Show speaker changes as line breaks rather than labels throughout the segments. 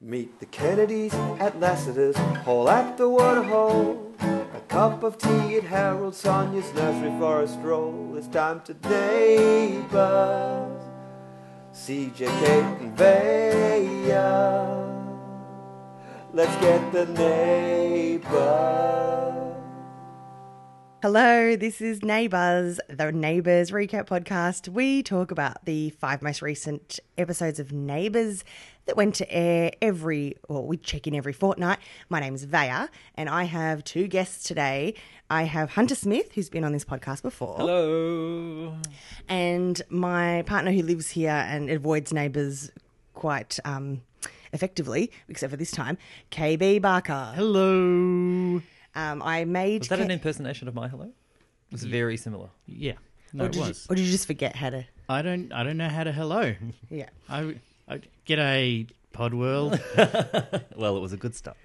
Meet the Kennedys at Lassiter's Hall at the Waterhole. A cup of tea at Harold Sonia's nursery for a stroll. It's time to neighbors. CJ, Kate, and Vaya. Let's get the neighbors.
Hello, this is Neighbours, the Neighbours Recap Podcast. We talk about the five most recent episodes of Neighbours that went to air every, well, we check in every fortnight. My name's Vaya, and I have two guests today. I have Hunter Smith, who's been on this podcast before.
Hello.
and my partner who lives here and avoids neighbours quite um, effectively, except for this time, KB Barker.
Hello.
Um, I made.
Was that
K-
an impersonation of my hello? It was very similar.
Yeah. No,
or
it
did you-
was.
or did you just forget how to?
I don't. I don't know how to hello.
Yeah.
I, I get a pod world.
Well, it was a good start.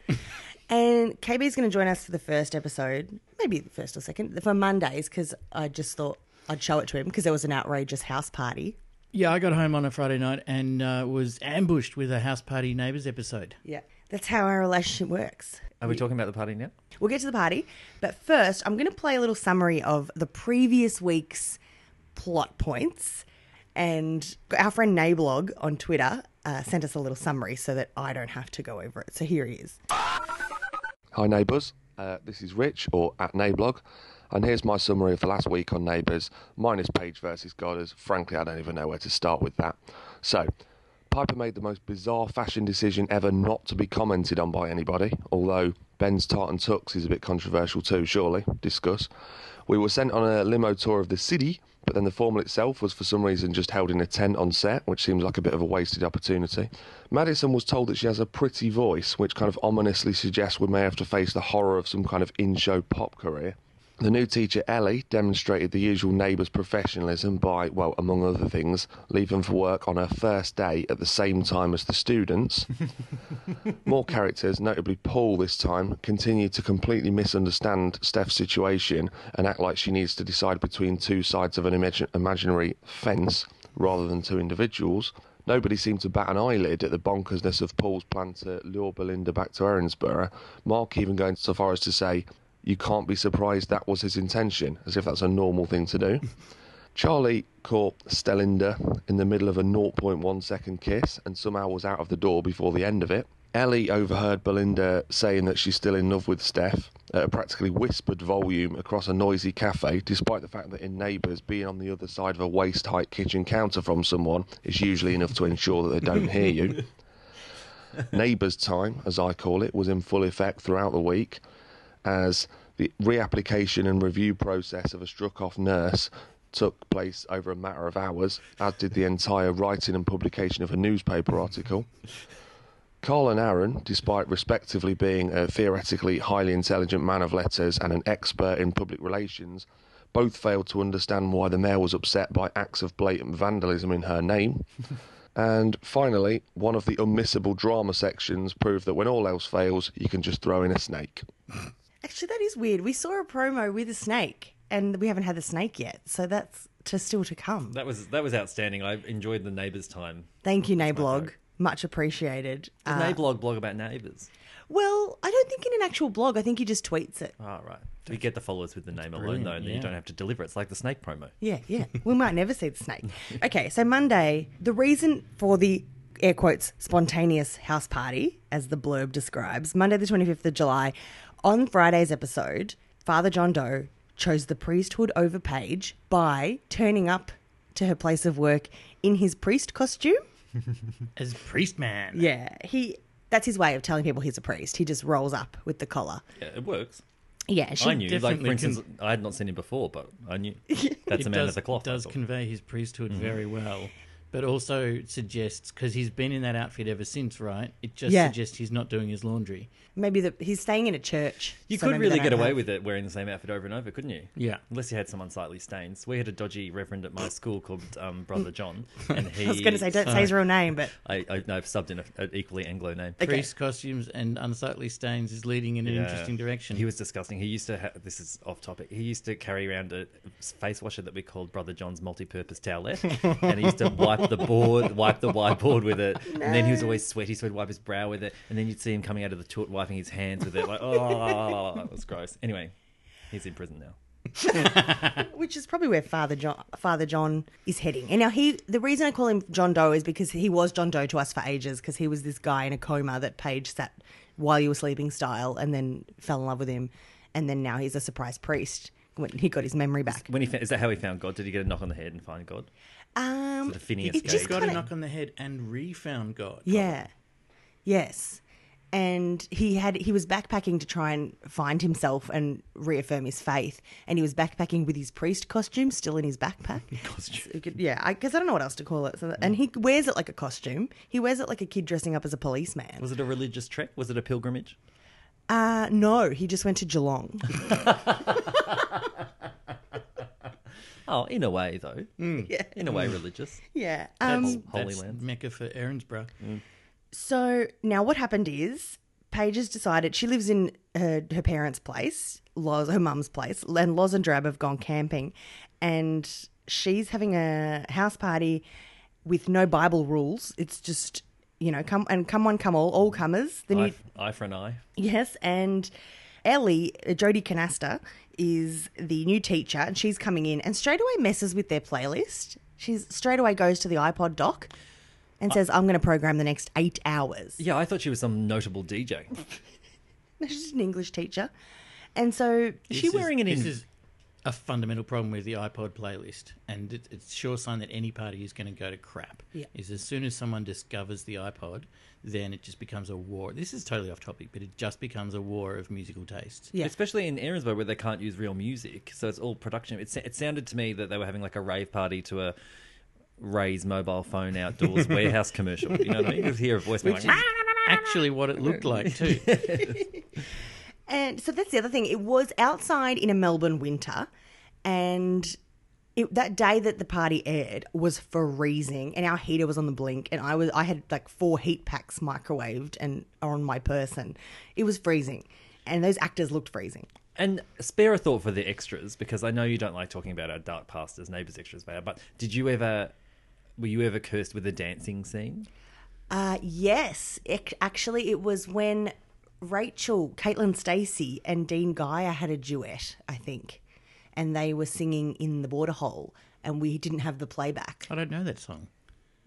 And KB's going to join us for the first episode, maybe the first or second, for Mondays, because I just thought I'd show it to him because there was an outrageous house party.
yeah, I got home on a Friday night and uh, was ambushed with a house party neighbours episode.
Yeah. That's how our relationship works.
Are we talking about the party now?
We'll get to the party, but first, I'm going to play a little summary of the previous week's plot points. And our friend Nablog on Twitter uh, sent us a little summary so that I don't have to go over it. So here he is.
Hi, neighbours. Uh, this is Rich, or at Neighblog, and here's my summary of the last week on Neighbours. Mine is Page versus Godders. Frankly, I don't even know where to start with that. So, Piper made the most bizarre fashion decision ever not to be commented on by anybody, although Ben's tartan tux is a bit controversial too, surely. Discuss. We were sent on a limo tour of the city, but then the formal itself was for some reason just held in a tent on set, which seems like a bit of a wasted opportunity. Madison was told that she has a pretty voice, which kind of ominously suggests we may have to face the horror of some kind of in show pop career. The new teacher, Ellie, demonstrated the usual neighbour's professionalism by, well, among other things, leaving for work on her first day at the same time as the students. More characters, notably Paul this time, continue to completely misunderstand Steph's situation and act like she needs to decide between two sides of an imagine- imaginary fence rather than two individuals. Nobody seemed to bat an eyelid at the bonkersness of Paul's plan to lure Belinda back to Erinsborough. Mark even going so far as to say, You can't be surprised that was his intention, as if that's a normal thing to do. Charlie caught Stellinder in the middle of a 0.1 second kiss and somehow was out of the door before the end of it. Ellie overheard Belinda saying that she's still in love with Steph at a practically whispered volume across a noisy cafe, despite the fact that in Neighbours, being on the other side of a waist height kitchen counter from someone is usually enough to ensure that they don't hear you. Neighbours time, as I call it, was in full effect throughout the week as the reapplication and review process of a struck off nurse took place over a matter of hours, as did the entire writing and publication of a newspaper article. Carl and Aaron, despite respectively being a theoretically highly intelligent man of letters and an expert in public relations, both failed to understand why the mayor was upset by acts of blatant vandalism in her name. And finally, one of the unmissable drama sections proved that when all else fails, you can just throw in a snake.
Actually, that is weird. We saw a promo with a snake, and we haven't had the snake yet. So that's to still to come.
That was that was outstanding. I enjoyed the neighbours time.
Thank you, Nablog. Much appreciated.
The
Uh,
Neighblog blog about neighbours.
well, I don't think in an actual blog. I think he just tweets it.
Ah, right. We get the followers with the name alone, though, and then you
yeah.
don't have to deliver. It's like the snake promo.
Yeah, yeah. we might never see the snake. Okay, so Monday, the reason for the air quotes spontaneous house party, as the blurb describes, Monday the 25th of July, on Friday's episode, Father John Doe chose the priesthood over Paige by turning up to her place of work in his priest costume.
As priest man.
Yeah, he. That's his way of telling people he's a priest. He just rolls up with the collar.
Yeah, it works.
Yeah, she
I knew. Like,
definitely
for instance,
can-
I had not seen him before, but I knew. That's Mm-hmm.
It
a man
does,
of the cloth.
it does
I thought.
convey his priesthood very well, but also suggests because he's been in that outfit ever since, right? It just
Yeah.
suggests he's not doing his laundry.
maybe the, he's staying in a church.
you
so
could
maybe they
really get
don't
away
have-
with it wearing the same outfit over and over, couldn't you?
Yeah.
Unless you had some unsightly stains. We had a dodgy reverend at my school called um, Brother John, and he.
I was going to say, don't say
uh,
his real name, but
I, I, no, I've subbed in a- an equally Anglo name.
Okay.
Priest costumes and unsightly stains is leading in an
Yeah.
interesting direction.
He was disgusting. He used to ha this is off topic. He used to carry around a face washer that we called Brother John's multi-purpose towelette, and he used to wipe wipe the board, wipe the whiteboard with it, and then he was always sweaty, so he'd wipe his brow with it, and then you'd see him coming out of the toilet wiping his hands with it, like oh, it was gross. Anyway, he's in prison now.
which is probably where Father John Father John is heading. And now he the reason I call him John Doe is because he was John Doe to us for ages because he was this guy in a coma that Paige sat while you were sleeping style and then fell in love with him and then now he's a surprise priest when he got his memory back.
When he fa- is that how he found God? Did he get a knock on the head and find God?
Um
The Phineas
It just
Gage.
got
kinda-
a knock on the head and refound God.
yeah. Yes. And he had he was backpacking to try and find himself and reaffirm his faith and he was backpacking with his priest costume still in his backpack.
Costume.
You could- yeah, because I, don't know what else to call it. So that- And he wears it like a costume. He wears it like a kid dressing up as a policeman.
Was it a religious trek? Was it a pilgrimage?
Uh, no, he just went to Geelong.
Oh, in a way though.
Yeah.
In a way, religious.
yeah.
That's,
Um,
Holy
that's
Land. Mm.
Mecca for Erinsborough.
so now what happened is Paige has decided she lives in her, her parents' place, Loz, her mum's place, and Loz and Drab have gone camping. And she's having a house party with no Bible rules. It's just, you know, come and come one, come all, all comers. Then
Eye,
you,
eye for an eye.
Yes, and Ellie, uh, Jodie Canasta, is the new teacher, and she's coming in and straight away messes with their playlist. She's straight away goes to the iPod dock and says, "I'm going to program the next eight hours."
Yeah, I thought she was some notable DJ.
She's an English teacher, and so she
Is she
This
wearing
is,
it in?
This is a fundamental problem with the iPod playlist, and it, it's a sure sign that any party is going to go to crap.
Yeah.
Is as soon as someone discovers the iPod, then it just becomes a war. This is totally off topic, but it just becomes a war of musical tastes.
Yeah.
Especially in Erinsborough where they can't use real music, so it's all production. It, sa- it sounded to me that they were having like a rave party to a Ray's mobile phone outdoors warehouse commercial. You know what I mean? You could hear a voice being like, "Ah!"
Actually, what it looked like too.
And so that's the other thing. It was outside in a Melbourne winter, and it, that day that the party aired was freezing, and our heater was on the blink, and I was I had like four heat packs microwaved and on my person. It was freezing, and those actors looked freezing.
And spare a thought for the extras because I know you don't like talking about our dark past as neighbours extras, Vaya, but did you ever. Were you ever cursed with a dancing scene?
Uh, yes, Ac actually, it was when Rachel, Caitlin Stacey, and Dean Geyer had a duet, I think, and they were singing in the border hole, and we didn't have the playback.
I don't know that song.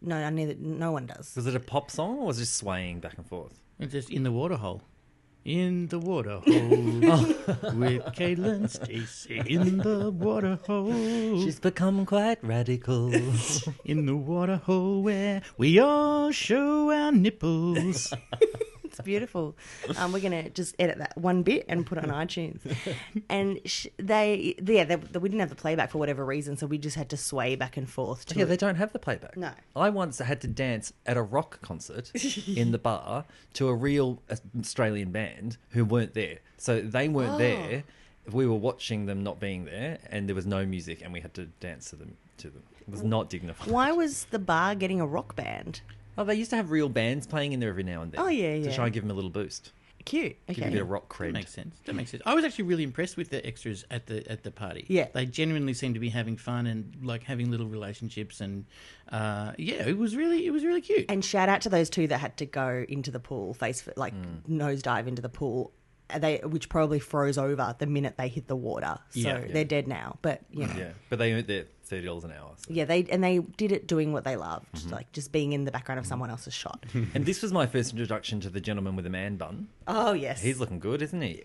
No, I neither. No one does.
Was it a pop song or was it just swaying back and forth?
It's just in the waterhole. In the waterhole with Caitlin Stacey. In the waterhole.
She's become quite radical.
in the waterhole where we all show our nipples.
It's beautiful. Um, we're gonna just edit that one bit and put it on iTunes. And sh- they, yeah, they, we didn't have the playback for whatever reason, so we just had to sway back and forth. To
Yeah,
it.
they don't have the playback.
No.
I once had to dance at a rock concert in the bar to a real Australian band who weren't there. So they
Oh.
weren't there. We were watching them not being there, and there was no music, and we had to dance to them. To them, it was not dignified.
Why was the bar getting a rock band?
Oh, they used to have real bands playing in there every now and then.
Oh, yeah,
To
yeah.
try and give them a little boost,
Cute.
give them a bit
Okay.
of rock cred.
That makes sense. That makes sense. I was actually really impressed with the extras at the at the party.
Yeah.
they genuinely seemed to be having fun and like having little relationships and uh, yeah, it was really it was really cute.
And shout out to those two that had to go into the pool, face f- like
Mm.
nosedive into the pool. uh, They, which probably froze over the minute they hit the water, so
Yeah.
they're dead now. But you know,
Yeah, but they earned their thirty dollars an hour. so-
yeah, they and they did it doing what they loved,
Mm-hmm.
like just being in the background of someone else's shot.
And this was my first introduction to the gentleman with a man bun.
oh yes,
He's looking good, isn't he?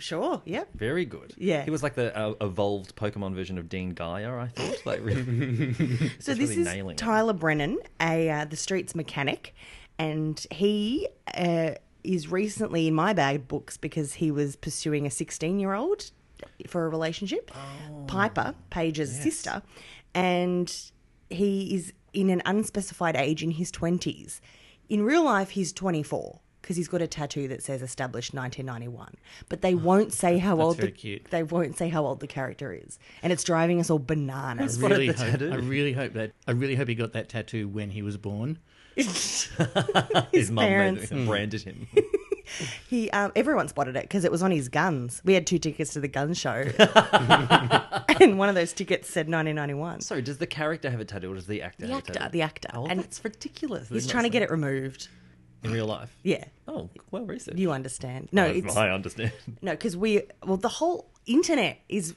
sure, yep.
Very good.
Yeah.
He was like the uh, evolved Pokemon version of Dean Gaia, I thought. Like, really,
So
Just
this
really
is
nailing it.
Tyler Brennan, a uh, the streets mechanic, and he uh, is recently in my bag books because he was pursuing a sixteen year old for a relationship,
Oh.
Piper Paige's sister, and he is in an unspecified age in his twenties. In real life, he's twenty four. Because he's got a tattoo that says "established 1991," but
Oh,
they won't say how old the
very cute.
they won't say how old the character is, and it's driving us all bananas.
I really,
spotted the
hope,
tattoo.
I really hope that I really hope he got that tattoo when he was born.
his mum made
parents. Hmm.
it, branded him.
he um, everyone spotted it because it was on his guns. We had two tickets to the gun show, and one of those tickets said 1991.
So does the character have a tattoo or does the actor
the
have a
actor,
tattoo?
the actor,
Oh,
and
that's ridiculous.
he's
Isn't
trying to
that
get it removed.
something? in real life.
Yeah,
Oh, well researched.
you understand? No, it's
I understand.
No, because we well, the whole internet is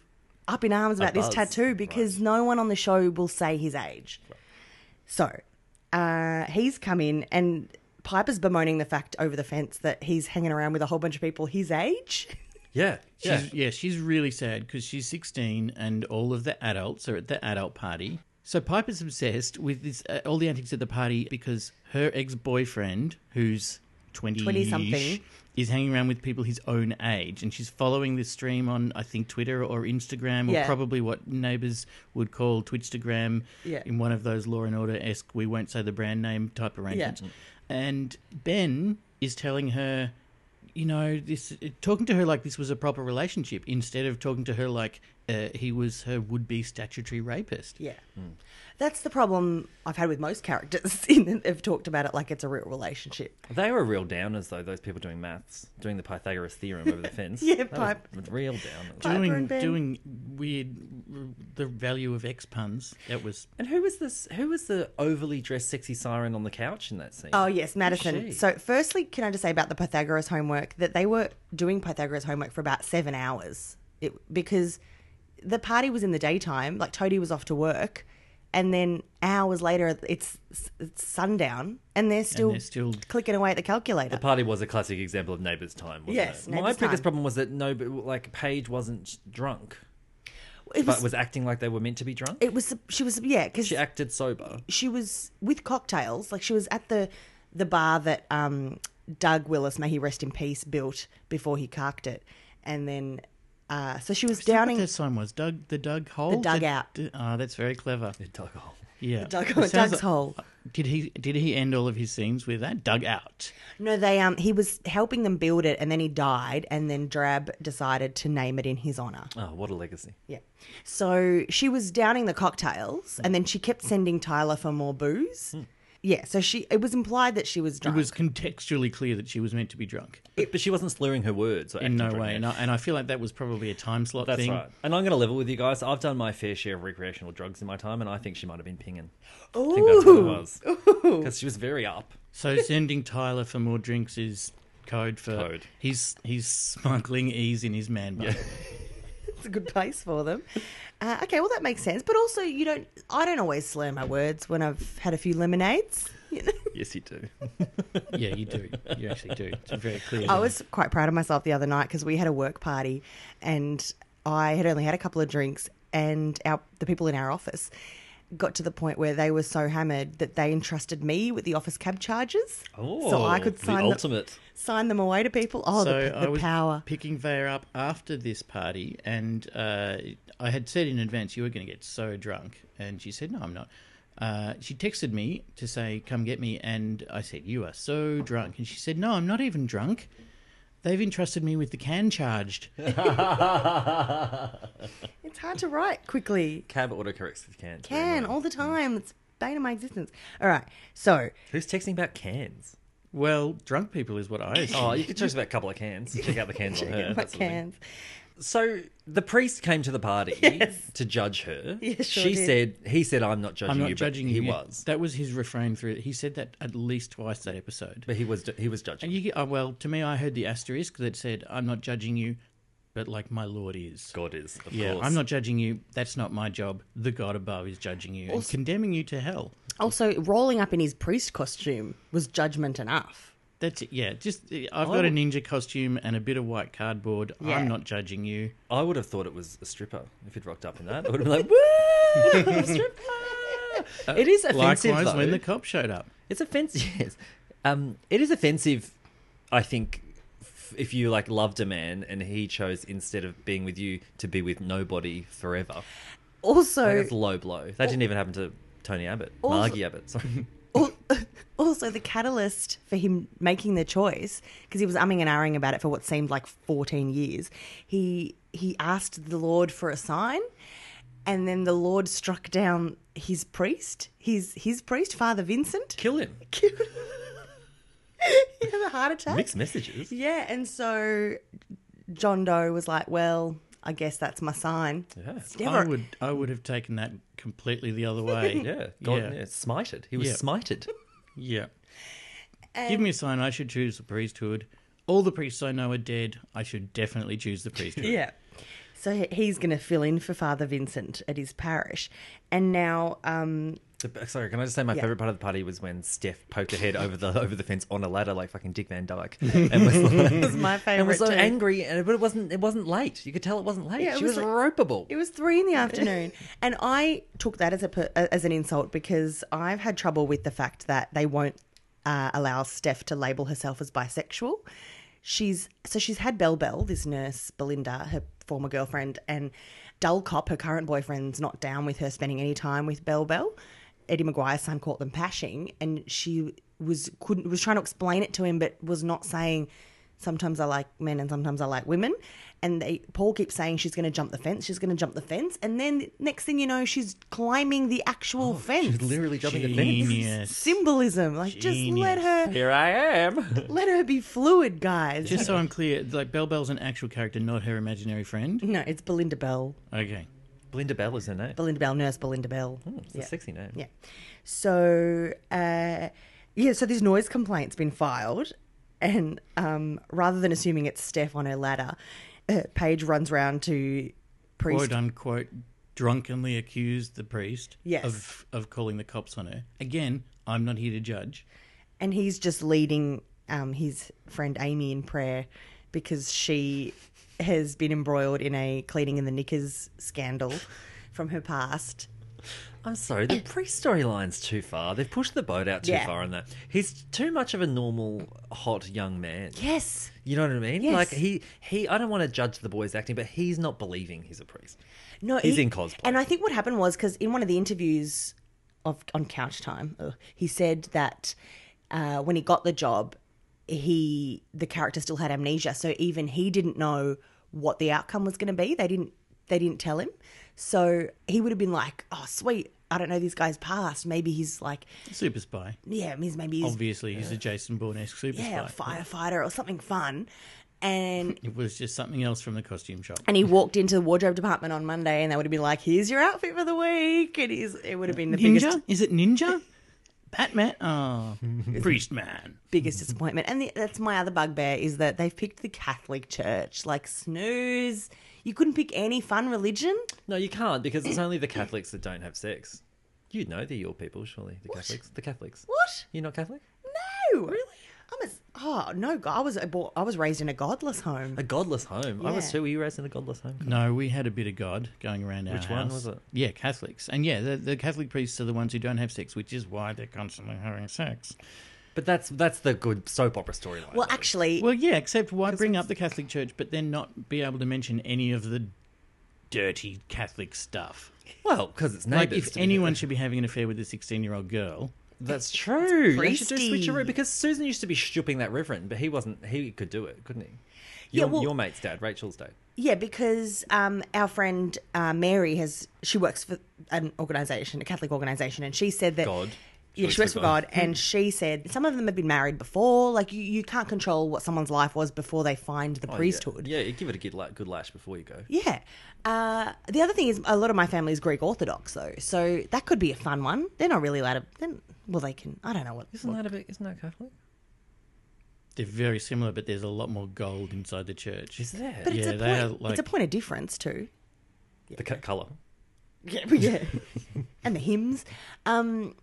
up in arms about this
Abuzz,
tattoo because no one on the show will say his age. So uh, he's come in and Piper's bemoaning the fact over the fence that he's hanging around with a whole bunch of people his age.
Yeah, yeah.
She's, yeah, she's really sad because she's 16 and all of the adults are at the adult party. So Piper's obsessed with this, uh, all the antics at the party because her ex boyfriend, who's 20
20-something.
is hanging around with people his own age. And she's following this stream on, I think, Twitter or Instagram or
Yeah.
probably what neighbors would call Twitchstagram
Yeah.
in one of those Law and Order esque, we won't say the brand name type arrangements. And Ben is telling her, you know, this talking to her like this was a proper relationship instead of talking to her like uh, he was her would be statutory rapist.
Yeah. Mm. That's the problem I've had with most characters in that have talked about it like it's a real relationship.
They were real downers though. Those people doing maths, doing the Pythagoras theorem over the fence.
Yeah,
That was
pipe-
real downers.
Piper
Doing
and Ben.
doing weird the value of X puns. That was
And who was this? Who was the overly dressed sexy siren on the couch in that scene?
Oh yes, Madison.
she?
So firstly, can I just say about the Pythagoras homework that they were doing Pythagoras homework for about seven hours it, because the party was in the daytime. Like Toadie was off to work, and then hours later, it's, it's sundown, and they're still,
they're still-
clicking away at the calculator.
The party was a classic example of Neighbours Time. Wasn't
Yes,
it? my
Neighbours'
biggest
Time.
problem was that no, but like Paige wasn't drunk,
it was,
but was acting like they were meant to be drunk.
it was she was yeah because
she acted sober.
she was with cocktails. Like she was at the the bar that um, Doug Willis, may he rest in peace, built before he carked it, and then. Uh, so she was downing.
what that sign was Doug the Doug hole
dugout.
Ah, that's very clever. Yeah, the
Doug- Doug's hole.
uh, Did he did he end all of his scenes with that dug out?
No, they um he was helping them build it and then he died and then Drab decided to name it in his honor.
Oh, what a legacy!
Yeah. So she was downing the cocktails and then she kept sending Tyler for more booze. Yeah, so she it was implied that she was
It
drunk.
Hmm. was contextually clear that she was meant to be drunk
But, but she wasn't slurring her words. Or
in
acting
no
drunk.
way, and I, and I feel like that was probably a time slot
That's
thing.
right. And I'm going to level with you guys. I've done my fair share of recreational drugs in my time, and I think she might have been pinging. I think that's what it was because she was very up.
So sending Tyler for more drinks is code for
Code.
he's he's smuggling ease in his man bun.
it's a good place for them. Uh, okay, well that makes sense. But also you don't I don't always slur my words when I've had a few lemonades. You know?
Yes, you do.
yeah, you do. You actually do. It's very clear.
I was quite proud of myself the other night because we had a work party and I had only had a couple of drinks and our the people in our office got to the point where they were so hammered that they entrusted me with the office cab charges
Oh,
so I could
the
sign them,
ultimate.
sign them away to people. Oh,
so
the,
I
the
was
power.
picking Vare up after this party, and uh, I had said in advance you were going to get so drunk, and she said no, I'm not. Uh, she texted me to say come get me, and I said you are so drunk, and she said no, I'm not even drunk. They've entrusted me with the can charged.
It's hard to write quickly.
Cab autocorrects if you can. It's very Mm.
Can
annoying.
all the time. It's bane of my existence. All right. So
Who's texting about cans?
well, drunk people is what I assume.
Oh, you could text about a couple of cans. Check out the cans on her.
my
that sort of thing.
cans.
So the priest came to the party
Yes.
to judge her.
Yes, sure
she
did.
said, "He said I'm not judging
I'm not
you,
judging
but
you.
He was,
That was his refrain through. He said that at least twice that episode.
but he was he was judging.
And you, get- oh, well, to me, I heard the asterisk that said, "I'm not judging you, but like my Lord is."
God is, of
yeah,
course.
I'm not judging you. That's not my job. The God above is judging you and condemning you to hell.
Also, rolling up in his priest costume was judgment enough.
That's it. Yeah, just uh, I've
Oh.
got a ninja costume and a bit of white cardboard.
Yeah.
I'm not judging you.
I would have thought it was a stripper if he'd rocked up in that. I would have been like, "Woo, stripper!" It is offensive.
Uh, Likewise,
though.
when the cop showed up,
It's offensive. Yes, um, it is offensive. I think f- if you like loved a man and he chose instead of being with you to be with nobody forever,
Also,
like, that's low blow. That didn't even happen to Tony Abbott,
Also-
Margie Abbott. Sorry.
Al- also the catalyst for him making the choice because he was umming and ahhing about it for what seemed like 14 years he he asked the lord for a sign and then the lord struck down his priest his his priest father vincent
Kill him.
he had a heart attack.
Mixed messages.
Yeah, and so John Doe was like, "Well, I guess that's my sign."
Yeah.
It's never-
I would I would have taken that completely the other way.
Yeah. God,
Yeah.
yeah. Smited. He was
Yeah.
smited.
Yeah. Give me a sign I should choose the priesthood. All the priests I know are dead. I should definitely choose the priesthood.
Yeah. So he- he's going to fill in for Father Vincent at his parish, and now um,
The- Sorry, can I just say my favorite part of the party was when Steph poked her head over the over the fence on a ladder like fucking Dick Van Dyke, and was like,
was my
and
favorite.
was so
too.
angry, and but it wasn't it wasn't late. You could tell it wasn't late.
Yeah, it
she
was
was,
like-
ropeable.
It was three in the afternoon, and I took that as a per- as an insult because I've had trouble with the fact that they won't uh, allow Steph to label herself as bisexual. She's so she's had Bell Bell, this nurse Belinda, her former girlfriend, and Dull Cop, her current boyfriend's not down with her spending any time with Bell Bell. Eddie Maguire's son caught them pashing, and she was couldn't was trying to explain it to him, but was not saying. Sometimes I like men, and sometimes I like women. And they, Paul keeps saying she's going to jump the fence. She's going to jump the fence, and then next thing you know, she's climbing the actual fence.
Oh, She's literally jumping the fence.
Genius.
Symbolism, like just let her,
Here I am.
let her be fluid, guys.
Just so I'm clear, like Bell Bell's an actual character, not her imaginary friend.
no, it's Belinda Bell.
Okay.
Belinda Bell is her name.
Belinda Bell, nurse Belinda Bell.
Oh, It's a sexy name.
Yeah. So, uh, yeah, so this noise complaint's been filed. And um, rather than assuming it's Steph on her ladder, uh, Paige runs round to Priest.
Quote unquote drunkenly accused the priest
Yes.
of of calling the cops on her. Again, I'm not here to judge.
And he's just leading um, his friend Amy in prayer because she has been embroiled in a cleaning in the knickers scandal from her past.
I'm sorry, the priest storyline's too far. They've pushed the boat out too
Yeah.
far on that. He's too much of a normal, hot young man.
Yes.
You know what I mean?
Yes.
Like he, he. I don't want to judge the boy's acting, but he's not believing he's a priest.
No,
He's
he-
in cosplay.
And I think what happened was because in one of the interviews of on Couch Time, ugh, he said that uh, when he got the job, he the character still had amnesia, so even he didn't know what the outcome was going to be. They didn't they didn't tell him, so he would have been like, "Oh, sweet." I don't know this guy's past. Maybe he's like,
Super spy.
yeah, he's maybe he's
Obviously, he's a Jason Bourne-esque super
yeah, a
spy.
firefighter or something fun. And
It was just something else from the costume shop.
and he walked into the wardrobe department on Monday, and they would have been like, "Here's your outfit for the week." And he's, it would have been the biggest
Ninja? Is it Ninja? Batman? Oh, Priest Man.
biggest disappointment. And the, that's my other bugbear is that they've picked the Catholic Church. Like snooze, you couldn't pick any fun religion.
No, you can't because it's only the Catholics that don't have sex. You know they're your people, surely. The Catholics. The Catholics.
What?
You're not Catholic?
No, really. I'm a oh no, I was I bought- I was raised in a godless home.
A godless home. I was
Yeah.
too. Were you raised in a godless home?
No, we had a bit of God going around our
Which one
house.
was it?
Yeah, Catholics. And yeah, the, the Catholic priests are the ones who don't have sex, which is why they're constantly having sex.
But that's that's the good soap opera storyline.
Well, actually,
Well, yeah, except why bring up the Catholic Church but then not be able to mention any of the dirty Catholic stuff?
well, because it's
Like,
neighbours.
if
to be-
anyone should be having an affair with a 16 year old girl,
that's true. They should do
priesty.
switcheroo because Susan used to be stooping that reverend, but he wasn't. He could do it, couldn't he?
Yeah,
Your,
well-
your mate's dad, Rachel's dad.
Yeah, because um, our friend uh, Mary has she works for an organisation, a Catholic organisation, and she said that
God.
Yeah, she works for God, and she said some of them have been married before. Like you, you can't control what someone's life was before they find the priesthood.
Oh, Yeah, yeah give it a good, la- good lash before you go.
Yeah. Uh, the other thing is, a lot of my family is Greek Orthodox, though, so that could be a fun one. They're not really allowed to. Then, well, they can. I don't know what.
Isn't that a bit? Isn't that Catholic?
they're very similar, but there's a lot more gold inside the church.
Is there?
But it's
Yeah,
a
they are
point.
like-
It's a point of difference too.
the c- color.
Yeah, yeah. and the hymns. Um,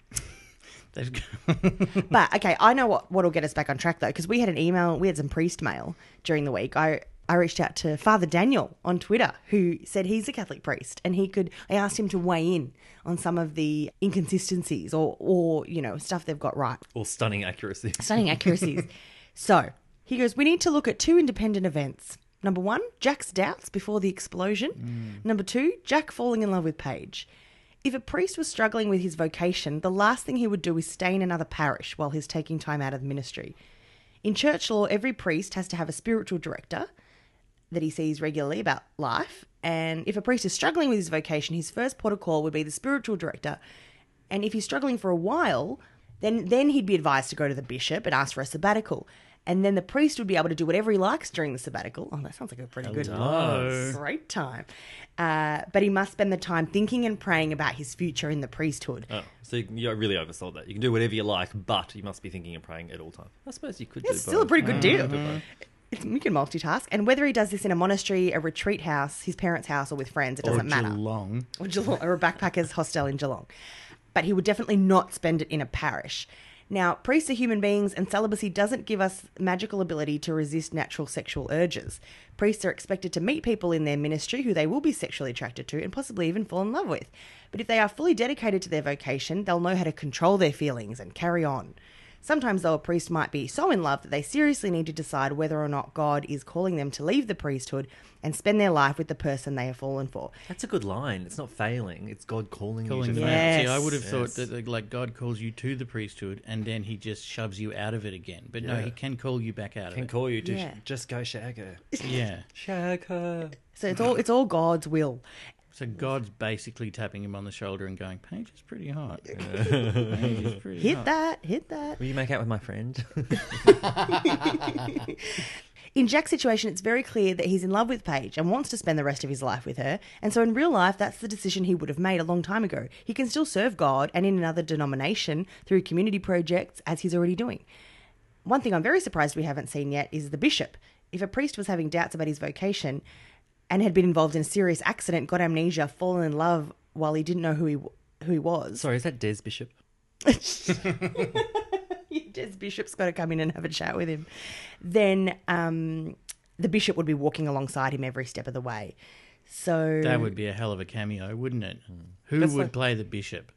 They've got-
But okay, I know what what'll get us back on track though, because we had an email, we had some priest mail during the week. I I reached out to Father Daniel on Twitter, who said he's a Catholic priest, and he could. I asked him to weigh in on some of the inconsistencies or or you know stuff they've got right,
Or stunning accuracy.
stunning accuracies. so he goes, we need to look at two independent events. Number one, Jack's doubts before the explosion. Number two, Jack falling in love with Paige. If a priest was struggling with his vocation, the last thing he would do is stay in another parish while he's taking time out of ministry. In church law, every priest has to have a spiritual director that he sees regularly about life. And if a priest is struggling with his vocation, his first port of call would be the spiritual director. And if he's struggling for a while, Then, then he'd be advised to go to the bishop and ask for a sabbatical. And then the priest would be able to do whatever he likes during the sabbatical. Oh, that sounds like a pretty good
does.
great time. Uh, but he must spend the time thinking and praying about his future in the priesthood.
Oh, so you, you really oversold that. You can do whatever you like, but you must be thinking and praying at all times. I suppose you could do
It's still a
both.
pretty good
You could
deal.
do both.
It's- You can multitask. And whether he does this in a monastery, a retreat house, his parents' house, or with friends, it
or
doesn't matter.
Geelong.
or, Geelong, or a backpackers hostel in Geelong. But he would definitely not spend it in a parish. Now, priests are human beings, and celibacy doesn't give us magical ability to resist natural sexual urges. Priests are expected to meet people in their ministry who they will be sexually attracted to and possibly even fall in love with. But if they are fully dedicated to their vocation, they'll know how to control their feelings and carry on. Sometimes, though, a priest might be so in love that they seriously need to decide whether or not God is calling them to leave the priesthood and spend their life with the person they have fallen for.
That's a good line. It's not failing. It's God calling,
Calling
you. To
them
fail.
out.
Yes.
See, I would have thought
Yes.
that like, like God calls you to the priesthood, and then He just shoves you out of it again. But no,
Yeah.
He can call you back out
Can
of
call you to
Yeah.
sh- just go shag her.
it. Yeah.
Shag her.
So it's all it's all God's will.
So God's basically tapping him on the shoulder and going, "Paige is pretty hot. Paige is pretty
Hit
hot."
that, hit that.
Will you make out with my friend?
In Jack's situation, it's very clear that he's in love with Paige and wants to spend the rest of his life with her. And so in real life, that's the decision he would have made a long time ago. He can still serve God and in another denomination through community projects as he's already doing. One thing I'm very surprised we haven't seen yet is the bishop. If a priest was having doubts about his vocation and had been involved in a serious accident, got amnesia, fallen in love while he didn't know who he w- who he was.
Sorry, is that Des Bishop?
Des Bishop's got to come in and have a chat with him. Then um, the bishop would be walking alongside him every step of the way. So
That would be a hell of a cameo, wouldn't it?
Hmm.
Who would play the bishop?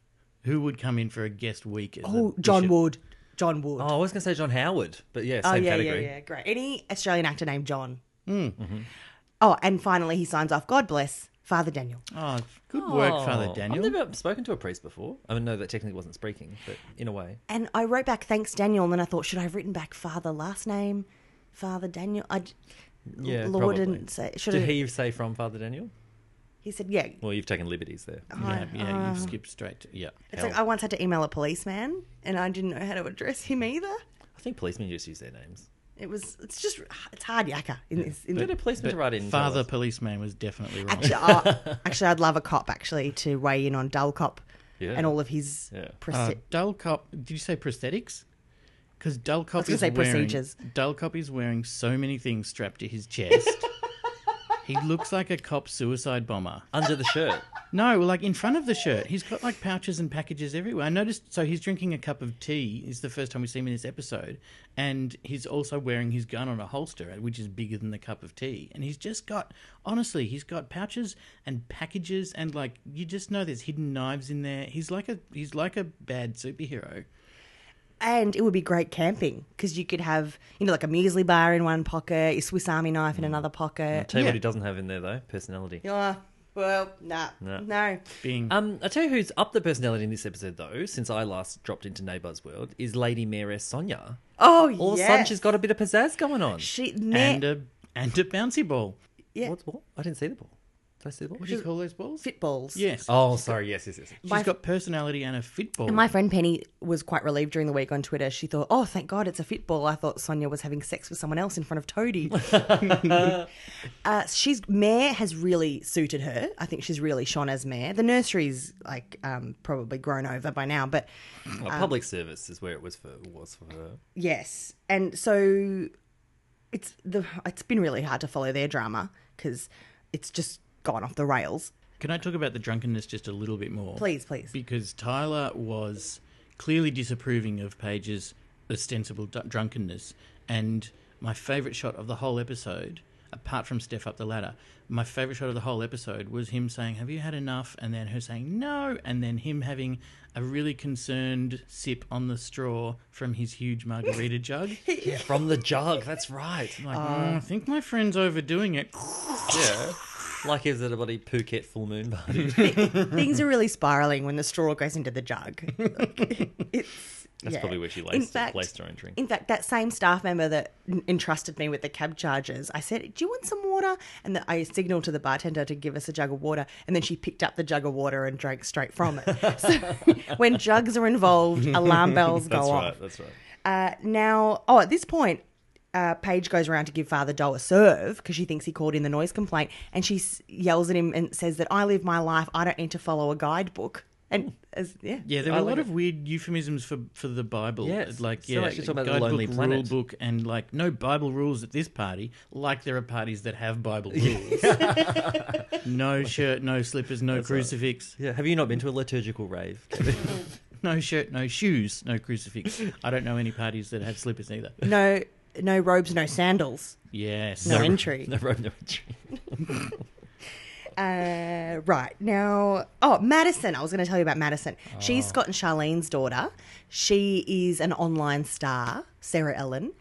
Who would come in for a guest week? As
oh,
the
John
bishop?
Wood, John Wood.
Oh, I was going to say John Howard, but yeah, same
Oh, yeah,
category.
yeah, yeah, great. Any Australian actor named John. Oh, and finally he signs off. God bless Father Daniel.
Oh, good work, Father
Oh,
Daniel.
I've never spoken to a priest before. I mean, no, that technically wasn't speaking, but in a way.
And I wrote back, thanks Daniel. And then I thought, should I have written back Father last name, Father Daniel? I,
Yeah,
Lord
probably.
didn't say. Should
Did
he?
he say from Father Daniel?
He said, yeah.
Well, you've taken liberties there.
Yeah, yeah,
Ah.
you skip straight. To, yeah,
It's like I once had to email a policeman, and I didn't know how to address him either.
I think policemen just use their names.
It was. It's just. It's hard yakka in this. In
Get a policeman to write in. and tell
Father
us.
policeman was definitely wrong.
actually, oh, actually, I'd love a cop actually to weigh in on Dull Cop
Yeah.
and all of his.
Yeah.
proce-
Uh, dull cop. Did you say prosthetics? Because dull cop
gonna
is
say
wearing
procedures.
dull cop is wearing so many things strapped to his chest. he looks like a cop suicide bomber.
under the shirt.
No, like in front of the shirt. He's got like pouches and packages everywhere. I noticed. So he's drinking a cup of tea. Is the first time we see him in this episode, and he's also wearing his gun on a holster, which is bigger than the cup of tea. And he's just got, honestly, he's got pouches and packages, and like you just know there's hidden knives in there. He's like a he's like a bad superhero.
and it would be great camping because you could have you know like a muesli bar in one pocket, your Swiss Army knife
Mm.
in another pocket.
Tell you
Yeah.
what he doesn't have in there though, personality.
Yeah, well, nah, no, no.
Being
Oh,
Um, I tell you who's up the personality in this episode though, since I last dropped into Neighbour's World, is Lady Mayoress Sonia.
Oh,
All of a sudden, she's got a bit of pizzazz going on.
she
and
uh,
ne-
a and a bouncy ball.
yeah.
What's what? I didn't see the ball. Did I see the ball?
What do you call those balls?
fitballs.
Yes.
Oh, sorry. Yes, yes, yes.
She's
My-
got personality and a football.
And my friend Penny was quite relieved during the week on Twitter. She thought, "Oh, thank God, it's a football." I thought Sonia was having sex with someone else in front of Toadie. uh, she's Mare has really suited her. I think she's really shone as Mare. The nursery's like um, probably grown over by now, but Um,
Well, Uh, public service is where it was for was for her.
yes. And so it's the it's been really hard to follow their drama because it's just gone off the rails.
Can I talk about the drunkenness just a little bit more?
Please, please.
Because Tyler was clearly disapproving of Paige's ostensible d- drunkenness. And my favourite shot of the whole episode, apart from Steph Up the Ladder, my favourite shot of the whole episode was him saying, Have you had enough? And then her saying, No. And then him having a really concerned sip on the straw from his huge margarita jug. Like,
Yeah, from the jug. That's right.
"Mm, I think my friend's overdoing it.
yeah, like is it a bloody Phuket full moon party? Mm-hmm.
Things are really spiraling when the straw goes into the jug. it's
That's
Yeah.
probably where she
In
laced,
fact-
laced her own drink.
In fact, that same staff member that n- entrusted me with the cab charges, I said, "Do you want some water?" And the, I signaled to the bartender to give us a jug of water, and then she picked up the jug of water and drank straight from it. so when jugs are involved, alarm bells go
that's
off.
right. That's right.
Uh, now, oh, at this point, uh, Paige goes around to give Father Doe a serve because she thinks he called in the noise complaint, and she s- yells at him and says that I live my life. I don't need to follow a guidebook. And as, yeah,
Yeah, there were
I
a
like
lot
it.
of weird euphemisms for, for the Bible.
Yes.
Like,
So,
yeah,
like, you're talking about the
guidebook,
Lonely
rule
Planet.
book, and like, no Bible rules at this party, like there are parties that have Bible rules. no shirt, no slippers, no crucifix.
Yeah. Have you not been to a liturgical rave?
No shirt, no shoes, no crucifix. I don't know any parties that have slippers either.
no, no robes, no sandals,
Yes.
no entry.
no rope, no entry.
Uh, right now, oh Madison, I was going to tell you about Madison. She's
Oh.
Scott and Charlene's daughter. She is an online star, Sarah Ellen,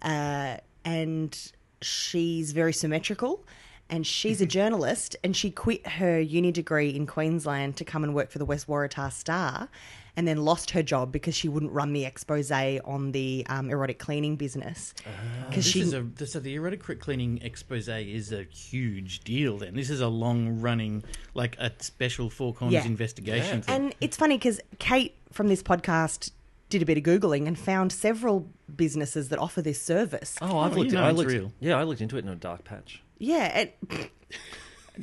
uh, and she's very symmetrical. And she's a journalist, and she quit her uni degree in Queensland to come and work for the West Waratah Star, and then lost her job because she wouldn't run the expose on the um, erotic cleaning business because
Ah, This
she
is a, this- so the erotic crit cleaning expose is a huge deal. Then this is a long running, like a special four corners
Yeah.
investigation. Thing.
And it's funny because Kate from this podcast did a bit of googling and found several businesses that offer this service.
Oh, I've
Oh,
looked.
you know
I
it's
looked.
real.
Yeah, I looked into it in a dark patch.
Yeah, it,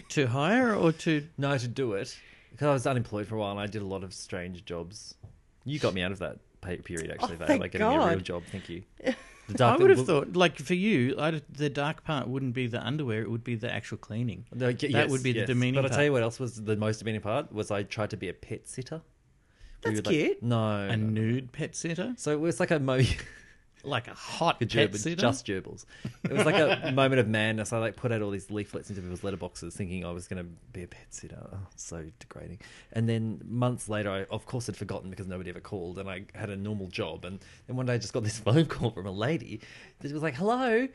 to hire or to
No, to do it because I was unemployed for a while and I did a lot of strange jobs. You got me out of that pay- period actually, though,
thank
by getting me a real
God.
job. Thank you. The
I
dark
would have
well,
thought, like for you, I'd, the dark part wouldn't be the underwear; it would be the actual cleaning.
No, y-
that
yes,
would be
yes.
the demeaning.
But I
part.
tell you what else was the most demeaning part was I tried to be a pet sitter. We
That's
would, like-
cute.
no,
a
no.
nude pet sitter,
so it was like a mo.
like a hot
Good
pet
gerbil-
sitter.
just gerbils. It was like a moment of madness. I like put out all these leaflets into people's letterboxes, thinking I was going to be a pet sitter. Oh, so degrading. And then months later, I of course had forgotten because nobody ever called, and I had a normal job. And then one day, I just got this phone call from a lady that was like, "Hello."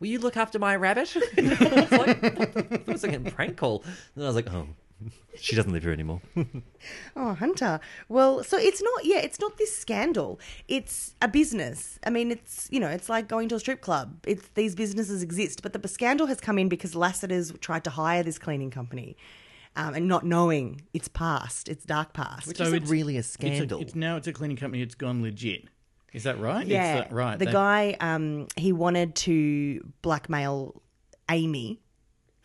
Will you look after my rabbit? I was like, what the- it was like a prank call. And then I was like, oh, she doesn't live here anymore.
oh Hunter. Well, so it's not. Yeah, it's not this scandal. It's a business. I mean, it's you know, it's like going to a strip club. It's these businesses exist, but the scandal has come in because Lassiter's tried to hire this cleaning company, um, and not knowing its past, its dark past.
Which isn't really a
It's a-
scandal.
it's now it's a cleaning company. It's gone legit. Is that right? It's
Yeah,
that- right.
The
They-
guy, um, he wanted to blackmail Amy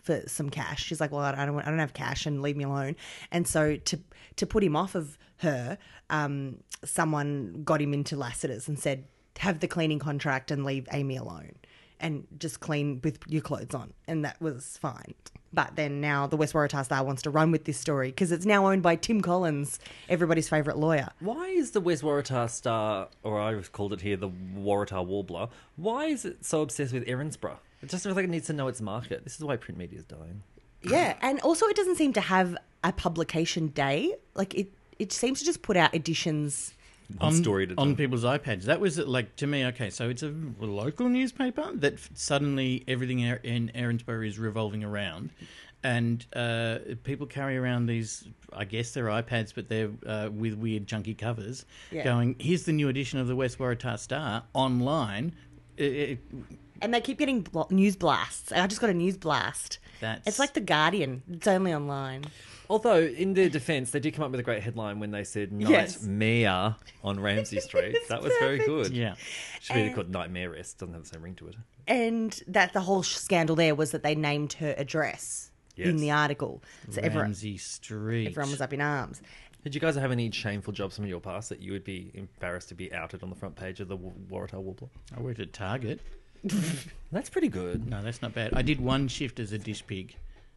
for some cash. She's like, "Well, I don't, want, I don't have cash, and leave me alone." And so to to put him off of her, um, someone got him into Lassiter's and said, "Have the cleaning contract and leave Amy alone." And just clean with your clothes on, and that was fine. But then now the West Waratah Star wants to run with this story because it's now owned by Tim Collins, everybody's favourite lawyer.
Why is the West Waratah Star, or I've called it here the Waratah Warbler, why is it so obsessed with Erinsborough? It just feels like it needs to know its market. This is why print media is dying.
Yeah, and also it doesn't seem to have a publication day. Like it, it seems to just put out editions.
One story at a
on
time.
people's iPads. That was like to me. Okay, so it's a local newspaper that f- suddenly everything er- in Erinsborough is revolving around, and uh, people carry around these. I guess they're iPads, but they're uh, with weird chunky covers.
Yeah.
Going here's the new edition of the West Waratah Star online. I- I-
And they keep getting bl- news blasts. I just got a news blast.
That's-
It's like The Guardian. It's only online.
Although, in their defense, they did come up with a great headline when they said
Yes.
Nightmare on Ramsey Street. that was very good.
yeah.
Should be called Nightmarest. Doesn't have the same ring to it.
And that the whole sh- scandal there was that they named her address in
Yes.
the article. So everyone,
Ramsey Street.
everyone was up in arms.
Did you guys have any shameful jobs from your past that you would be embarrassed to be outed on the front page of the Wa- Waratah Warbler?
I worked at Target.
That's pretty good.
No, that's not bad. I did one shift as a dish pig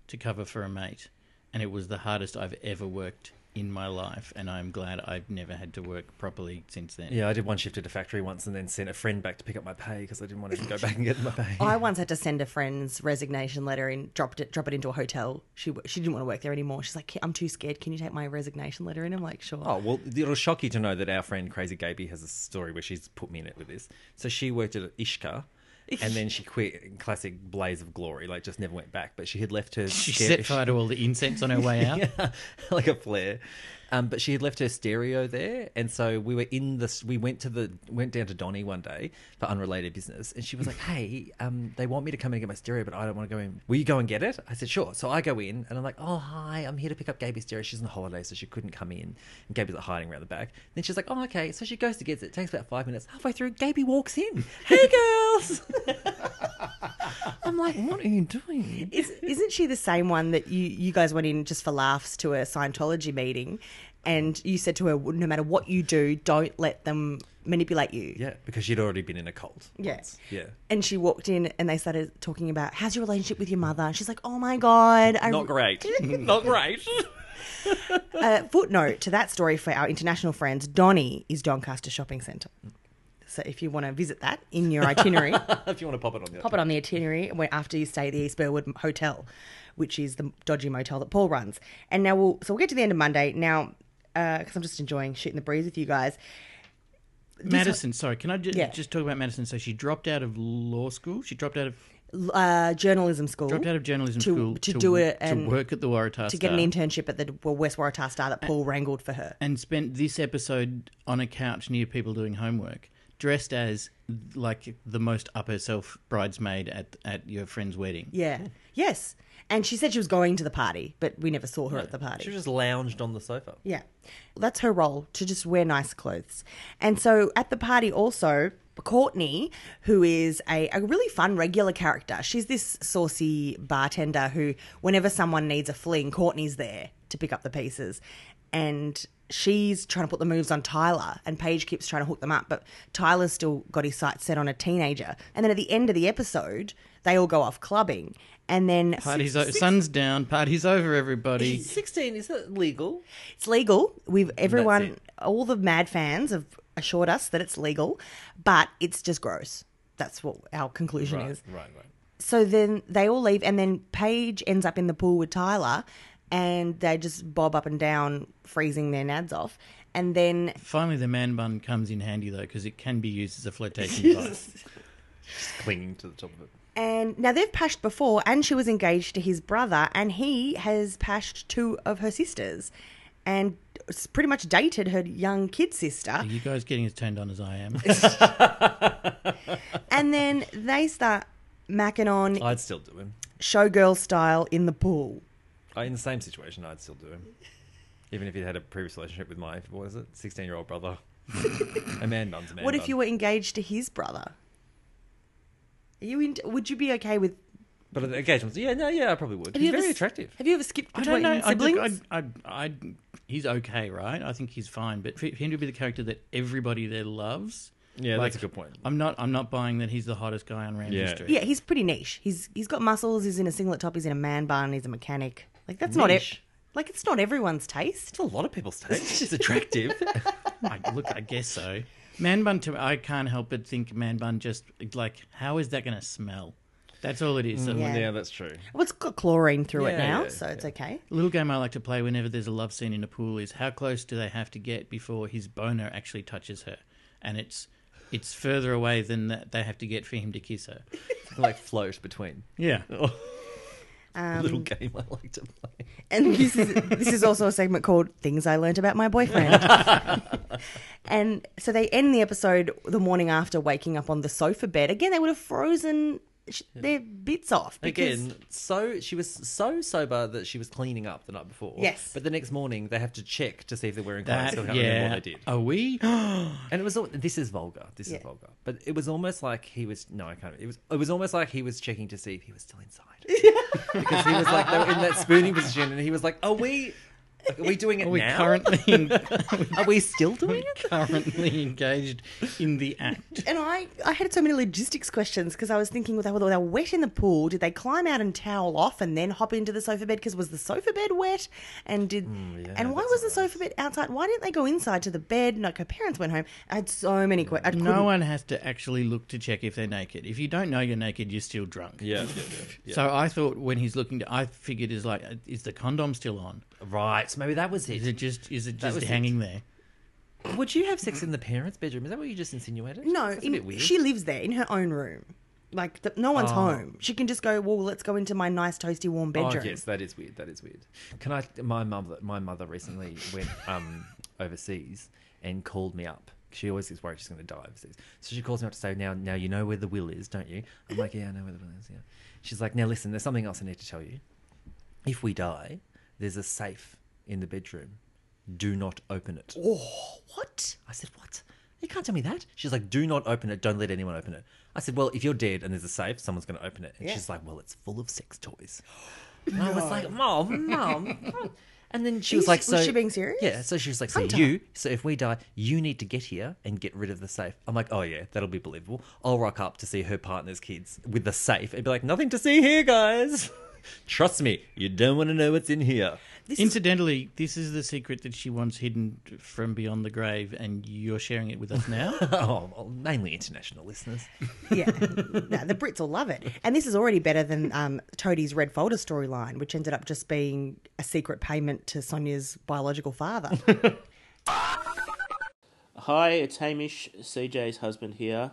to cover for a mate, and it was the hardest I've ever worked in my life, and I'm glad I've never had to work properly since then.
Yeah, I did one shift at a factory once and then sent a friend back to pick up my pay because I didn't want to go back and get my pay.
I once had to send a friend's resignation letter and dropped it, drop it into a hotel. She w- she didn't want to work there anymore. She's like, I'm too scared. Can you take my resignation letter in? I'm like, sure.
Oh well, it'll shock you to know that our friend Crazy Gaby has a story where she's put me in it with this. So she worked at Ishka, and then she quit. in Classic blaze of glory, like just never went back. But she had left her
She
scare-
set fire to all the incense on her way out.
like a flare, Um, but she had left her stereo there, and so we were in this. We went to the went down to Donny one day for unrelated business, and she was like, "Hey, um, they want me to come in and get my stereo, but I don't want to go in. Will you go and get it?" I said, "Sure." So I go in, and I'm like, "Oh, hi, I'm here to pick up Gaby's stereo. She's on holiday, so she couldn't come in." And Gaby's like hiding around the back. Then she's like, "Oh, okay." So she goes to get it. It takes about five minutes. Halfway through, Gaby walks in. Hey, girls. I'm like, "What are you doing?"
Is, isn't she the same one that you, you guys went in just for laughs to a Scientology meeting and you said to her, no matter what you do, don't let them manipulate you?
Yeah, because she'd already been in a cult.
Yes.
Yeah.
And she walked in and they started talking about, how's your relationship with your mother? And she's like, oh my God. I
Not great. Not great.
Uh, footnote to that story for our international friends Donny is Doncaster Shopping Centre. So if you want to visit that in your itinerary,
if you want to pop it on the
pop it on the itinerary when- after you stay at the East Burwood Hotel, which is the dodgy motel that Paul runs. And now we'll so we'll get to the end of Monday now because I'm just enjoying shooting the breeze with you guys.
Madison, sorry, can I ju-
Yeah.
just talk about Madison? So she dropped out of law school. She dropped out of
L- Uh, journalism school
dropped out of journalism
To-
school
to do it
to
and-
work at the Waratah
to get an internship at the well, West Waratah Star that Paul wrangled for her.
and spent this episode on a couch near people doing homework, dressed as like the most up herself bridesmaid at at your friend's wedding.
Yeah. Yes. And she said she was going to the party, but we never saw her at the party.
She just lounged on the sofa.
Yeah. That's her role to just wear nice clothes. And so at the party also Courtney, who is a, a really fun regular character, she's this saucy bartender who, whenever someone needs a fling, Courtney's there to pick up the pieces. And she's trying to put the moves on Tyler, and Paige keeps trying to hook them up, but Tyler's still got his sights set on a teenager. And then at the end of the episode, they all go off clubbing. And then
Party's o- sun's down. Party's over, everybody.
16, is that legal?
It's legal. We've everyone,
it.
all the mad fans have assured us that it's legal, but it's just gross. That's what our conclusion is.
Right, right.
So then they all leave, and then Paige ends up in the pool with Tyler, and they just bob up and down, freezing their nads off. And then
Finally, the man bun comes in handy though, because it can be used as a flotation device.
Clinging to the top of it.
And now they've pashed before, and she was engaged to his brother, and he has pashed two of her sisters, and s- pretty much dated her young kid sister.
Are you guys getting as turned on as I am?
And then they start macking on
I'd still do him.
showgirl style in the pool.
I, in the same situation, I'd still do him. Even if he had a previous relationship with my, what is it, 16 year old brother. a man bun's a man
what if
bun.
you were engaged to his brother? Are you in, would you be okay with?
But the engagements, yeah, no, yeah, I probably would.
you
He's
ever
very
s-
attractive.
Have you ever skipped
I
between
don't know. I,
siblings?
look, I, I, I, he's okay, right? I think he's fine. But for him to be the character that everybody there loves,
Yeah,
like,
that's a good point.
I'm not. I'm not buying that he's the hottest guy on Ramsey
Yeah.
Street.
yeah, he's pretty niche. He's he's got muscles. He's in a singlet top. He's in a man bun. He's a mechanic. Like that's not it.
Niche.
Like it's not everyone's taste.
It's a lot of people's taste. She's attractive.
I, look, I guess so. Man bun. To I can't help but think man bun. Just like how is that going to smell? That's all it is. So,
Yeah.
yeah, that's true.
Well, it's got chlorine through it
Yeah,
now,
yeah,
so it's okay.
A little game I like to play whenever there's a love scene in a pool is how close do they have to get before his boner actually touches her, and it's it's further away than that they have to get for him to kiss her.
Like float between.
Yeah.
Um,
a little game I like to play.
And this is this is also a segment called "Things I Learned About My Boyfriend." and so they end the episode the morning after, waking up on the sofa bed. Again, they would have frozen sh- their bits off because
Again, so she was so sober that she was cleaning up the night before.
Yes.
but the next morning they have to check to see if they're wearing clothes.
That,
so I can't remember
yeah.
what they did.
Are we?
And it was al- this is vulgar. This
Yeah.
is vulgar. But it was almost like he was no, I can't. It was it was almost like he was checking to see if he was still inside because he was like they were in that spooning position, and he was like, "Are we? like, Are we doing it
Are we
now?
currently
Are we still doing it?"
currently engaged in the act?
And I, I had so many logistics questions because I was thinking, well, they were, they were wet in the pool. Did they climb out and towel off and then hop into the sofa bed? Because was the sofa bed wet? And did and why was the sofa bed outside? Why didn't they go inside to the bed? Like her parents went home. I had so many questions.
No one has to actually look to check if they're naked. If you don't know you're naked, you're still drunk.
Yeah,
So I thought when he's looking, to, I figured is like, is the condom still on?
right. So maybe that was
Is
it.
it just is it
That
just
was
hanging there?
Would you have sex in the parents' bedroom? Is that what you just insinuated?
No,
That's a
in-
bit weird. Oh.
she lives there in her own room. Like th- no one's home. She can just go. Well, let's go into my nice, toasty, warm bedroom.
Oh yes, that is weird. That is weird. Can I? My mother, my mother recently went um, overseas and called me up. She always is worried she's going to die overseas, so she calls me up to say, "Now, now you know where the will is, don't you?" I'm like, "Yeah, I know where the will is." Yeah. She's like, "Now listen, there's something else I need to tell you. If we die, there's a safe in the bedroom. Do not open it." what? I said, what? You can't tell me that. She's like, do not open it. Don't let anyone open it. I said, well, if you're dead and there's a safe, someone's going to open it. And she's like, well, it's full of sex toys. And I was like, mom, mom. And then she
Are
was
you-
like,
was
so.
she being serious?
Yeah. So she was like, so you, so if we die, you need to get here and get rid of the safe. I'm like, oh, yeah, that'll be believable. I'll rock up to see her partner's kids with the safe and be like, nothing to see here, guys. Trust me, you don't want to know what's in here.
This is
Incidentally, this is the secret that she wants hidden from beyond the grave, and you're sharing it with us now.
Oh, well, mainly international listeners.
yeah, No, the Brits will love it. And this is already better than um, Toadie's Red Folder storyline, which ended up just being a secret payment to Sonia's biological father.
Hi, it's Hamish, CJ's husband here.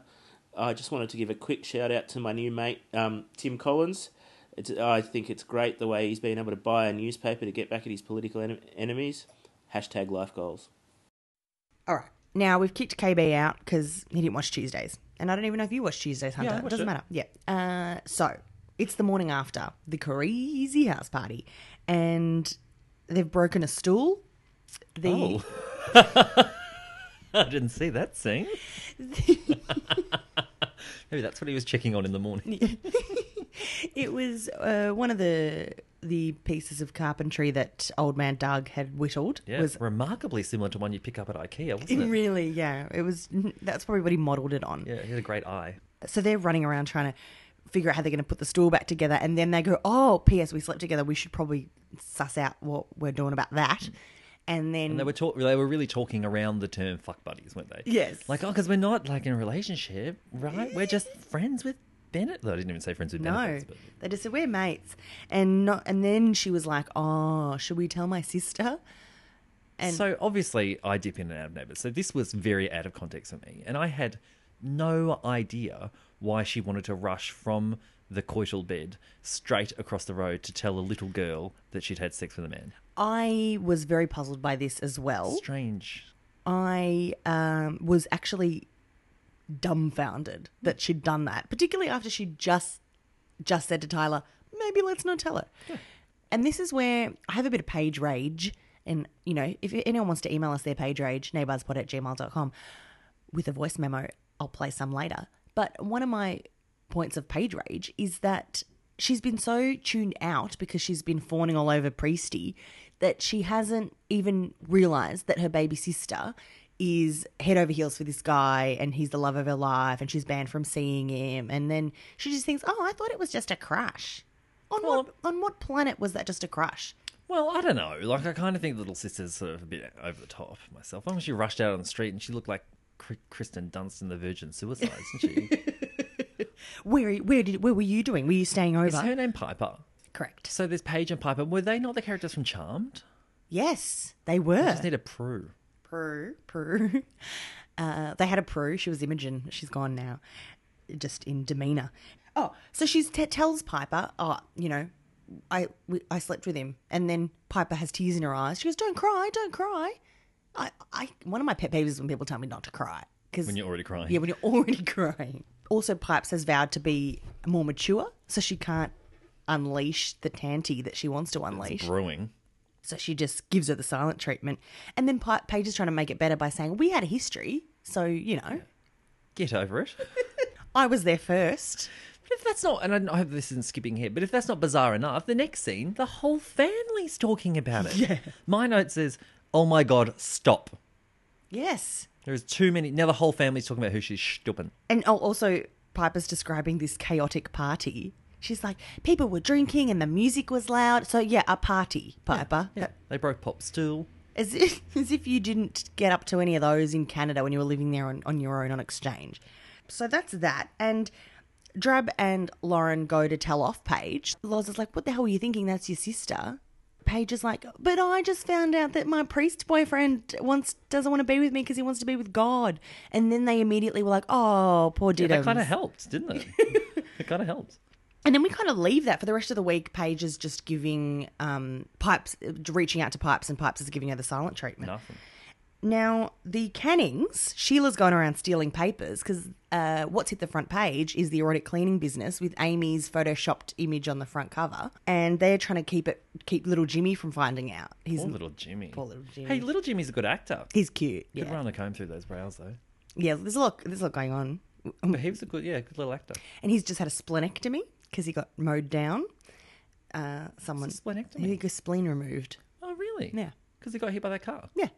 I just wanted to give a quick shout out to my new mate, um, Tim Collins. It's, I think it's great the way he's been able to buy a newspaper to get back at his political en- enemies. Hashtag life goals.
All right. Now we've kicked KB out because he didn't watch Tuesdays, and I don't even know if you watch Tuesdays, Hunter. it doesn't matter. Yeah. Uh, so it's the morning after the crazy house party, and they've broken a stool. The
Oh.
Oh.
I didn't see that scene. Maybe that's what he was checking on in the morning.
it was uh, one of the the pieces of carpentry that old man Doug had whittled.
Yeah,
Was
remarkably similar to one you pick up at IKEA, wasn't it?
really yeah. It was that's probably what he modelled it on.
yeah, he had a great eye.
So they're running around trying to figure out how they're going to put the stool back together. And then they go, oh, P.S. We slept together. We should probably suss out what we're doing about that. And then
And they were talk- they were really talking around the term "fuck buddies," weren't they?
Yes.
Like, oh, because we're not like in a relationship, right? We're just friends with Bennett. Though I didn't even say friends with
no,
Bennett.
they just said we're mates. And not, and then she was like, oh, should we tell my sister? And
so obviously I dip in and out of neighbours. So this was very out of context for me, and I had no idea why she wanted to rush from the coital bed straight across the road to tell a little girl that she'd had sex with a man.
I was very puzzled by this as well.
Strange.
I um, was actually dumbfounded that she'd done that, particularly after she just just said to Tyler, "Maybe let's not tell her." And this is where I have a bit of page rage, and you know, if anyone wants to email us their page rage, neighborspod at gmail.com with a voice memo, I'll play some later. But one of my points of page rage is that she's been so tuned out because she's been fawning all over Priesty that she hasn't even realized that her baby sister is head over heels for this guy and he's the love of her life and she's banned from seeing him and then she just thinks, "Oh, I thought it was just a crush." On what on what planet was that just a crush?
Well, I don't know. Like, I kind of think Little Sister's sort of a bit over the top myself. I mean, she rushed out on the street and she looked like Kr- Kristen Dunst in The Virgin Suicide, didn't she?
Where where did where were you doing? Were you staying over?
Is her name Piper?
Correct.
So there's Paige and Piper. Were they not the characters from Charmed?
Yes, they
I
were.
just need a prue.
Prue, Prue. Uh, they had a Prue. She was Imogen. She's gone now, just in demeanor. Oh, so she t- tells Piper, "Oh, you know, I we, I slept with him." And then Piper has tears in her eyes. She goes, "Don't cry, don't cry." I, I one of my pet peeves is when people tell me not to cry because
When you're already crying.
yeah, when you're already crying. Also, Pipes has vowed to be more mature, so she can't unleash the tanty that she wants to unleash.
Brewing.
So she just gives her the silent treatment. And then Pa- Paige is trying to make it better by saying, We had a history. So, you know,
Get over it.
I was there first.
But if that's not, and I don't- I hope this isn't skipping here, but if that's not bizarre enough, the next scene, the whole family's talking about it. Yeah. My note says, oh my God, stop.
Yes.
There's too many. Now the whole family's talking about who she's stooping.
And al- also, Piper's describing this chaotic party. She's like, People were drinking and the music was loud. So, yeah, a party, Piper.
Yeah. They broke Pop's stool.
As, if, as if you didn't get up to any of those in Canada when you were living there on, on your own on exchange. So that's that. And Drab and Lauren go to tell off Paige. Loz is like, What the hell were you thinking? That's your sister. Paige is like, but I just found out that my priest boyfriend wants doesn't want to be with me because he wants to be with God. And then they immediately were like, oh, poor diddums.
Yeah, that kind of helped, didn't it? It kind of helps.
And then we kind of leave that for the rest of the week. Paige is just giving um, pipes, reaching out to pipes, and pipes is giving her the silent treatment.
Nothing.
Now, the Cannings, Sheila's gone around stealing papers because uh, what's hit the front page is the erotic cleaning business with Amy's photoshopped image on the front cover, and they're trying to keep it keep little Jimmy from finding out. He's
Poor little Jimmy.
poor little Jimmy.
Hey, little Jimmy's a good actor.
He's cute.
Could
Yeah,
run a comb through those brows though.
yeah. There's a lot. There's a lot going on,
But he was a good, yeah, good little actor.
and he's just had a splenectomy because he got mowed down. Uh, someone
splenectomy?
He got his spleen removed.
Oh, really?
Yeah.
Because he got hit by that car.
Yeah.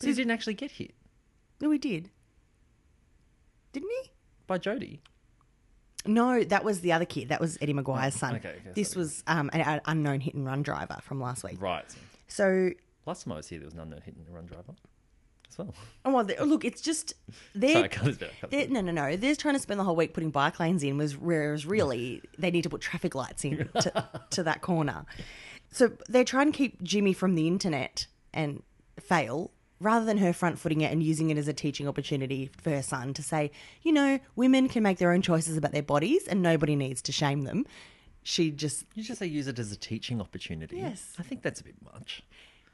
But he didn't actually get hit
No, he did. Didn't he?
by Jody.
No, that was the other kid. That was Eddie Maguire's son.
okay, okay,
this
sorry.
was um, an, an unknown hit and run driver from last week.
Right.
So,
Last time I was here, there was an unknown hit and run driver as well.
oh, well, th- look, it's just they're,
Sorry, I cut it out, cut it
they're
out.
no, no, no. They're trying to spend the whole week putting bike lanes in, was whereas really they need to put traffic lights in to, to that corner. So they're trying to keep Jimmy from the internet and fail. Rather than her front footing it and using it as a teaching opportunity for her son to say, you know, women can make their own choices about their bodies and nobody needs to shame them. She just
You just say use it as a teaching opportunity.
Yes.
I think that's a bit much.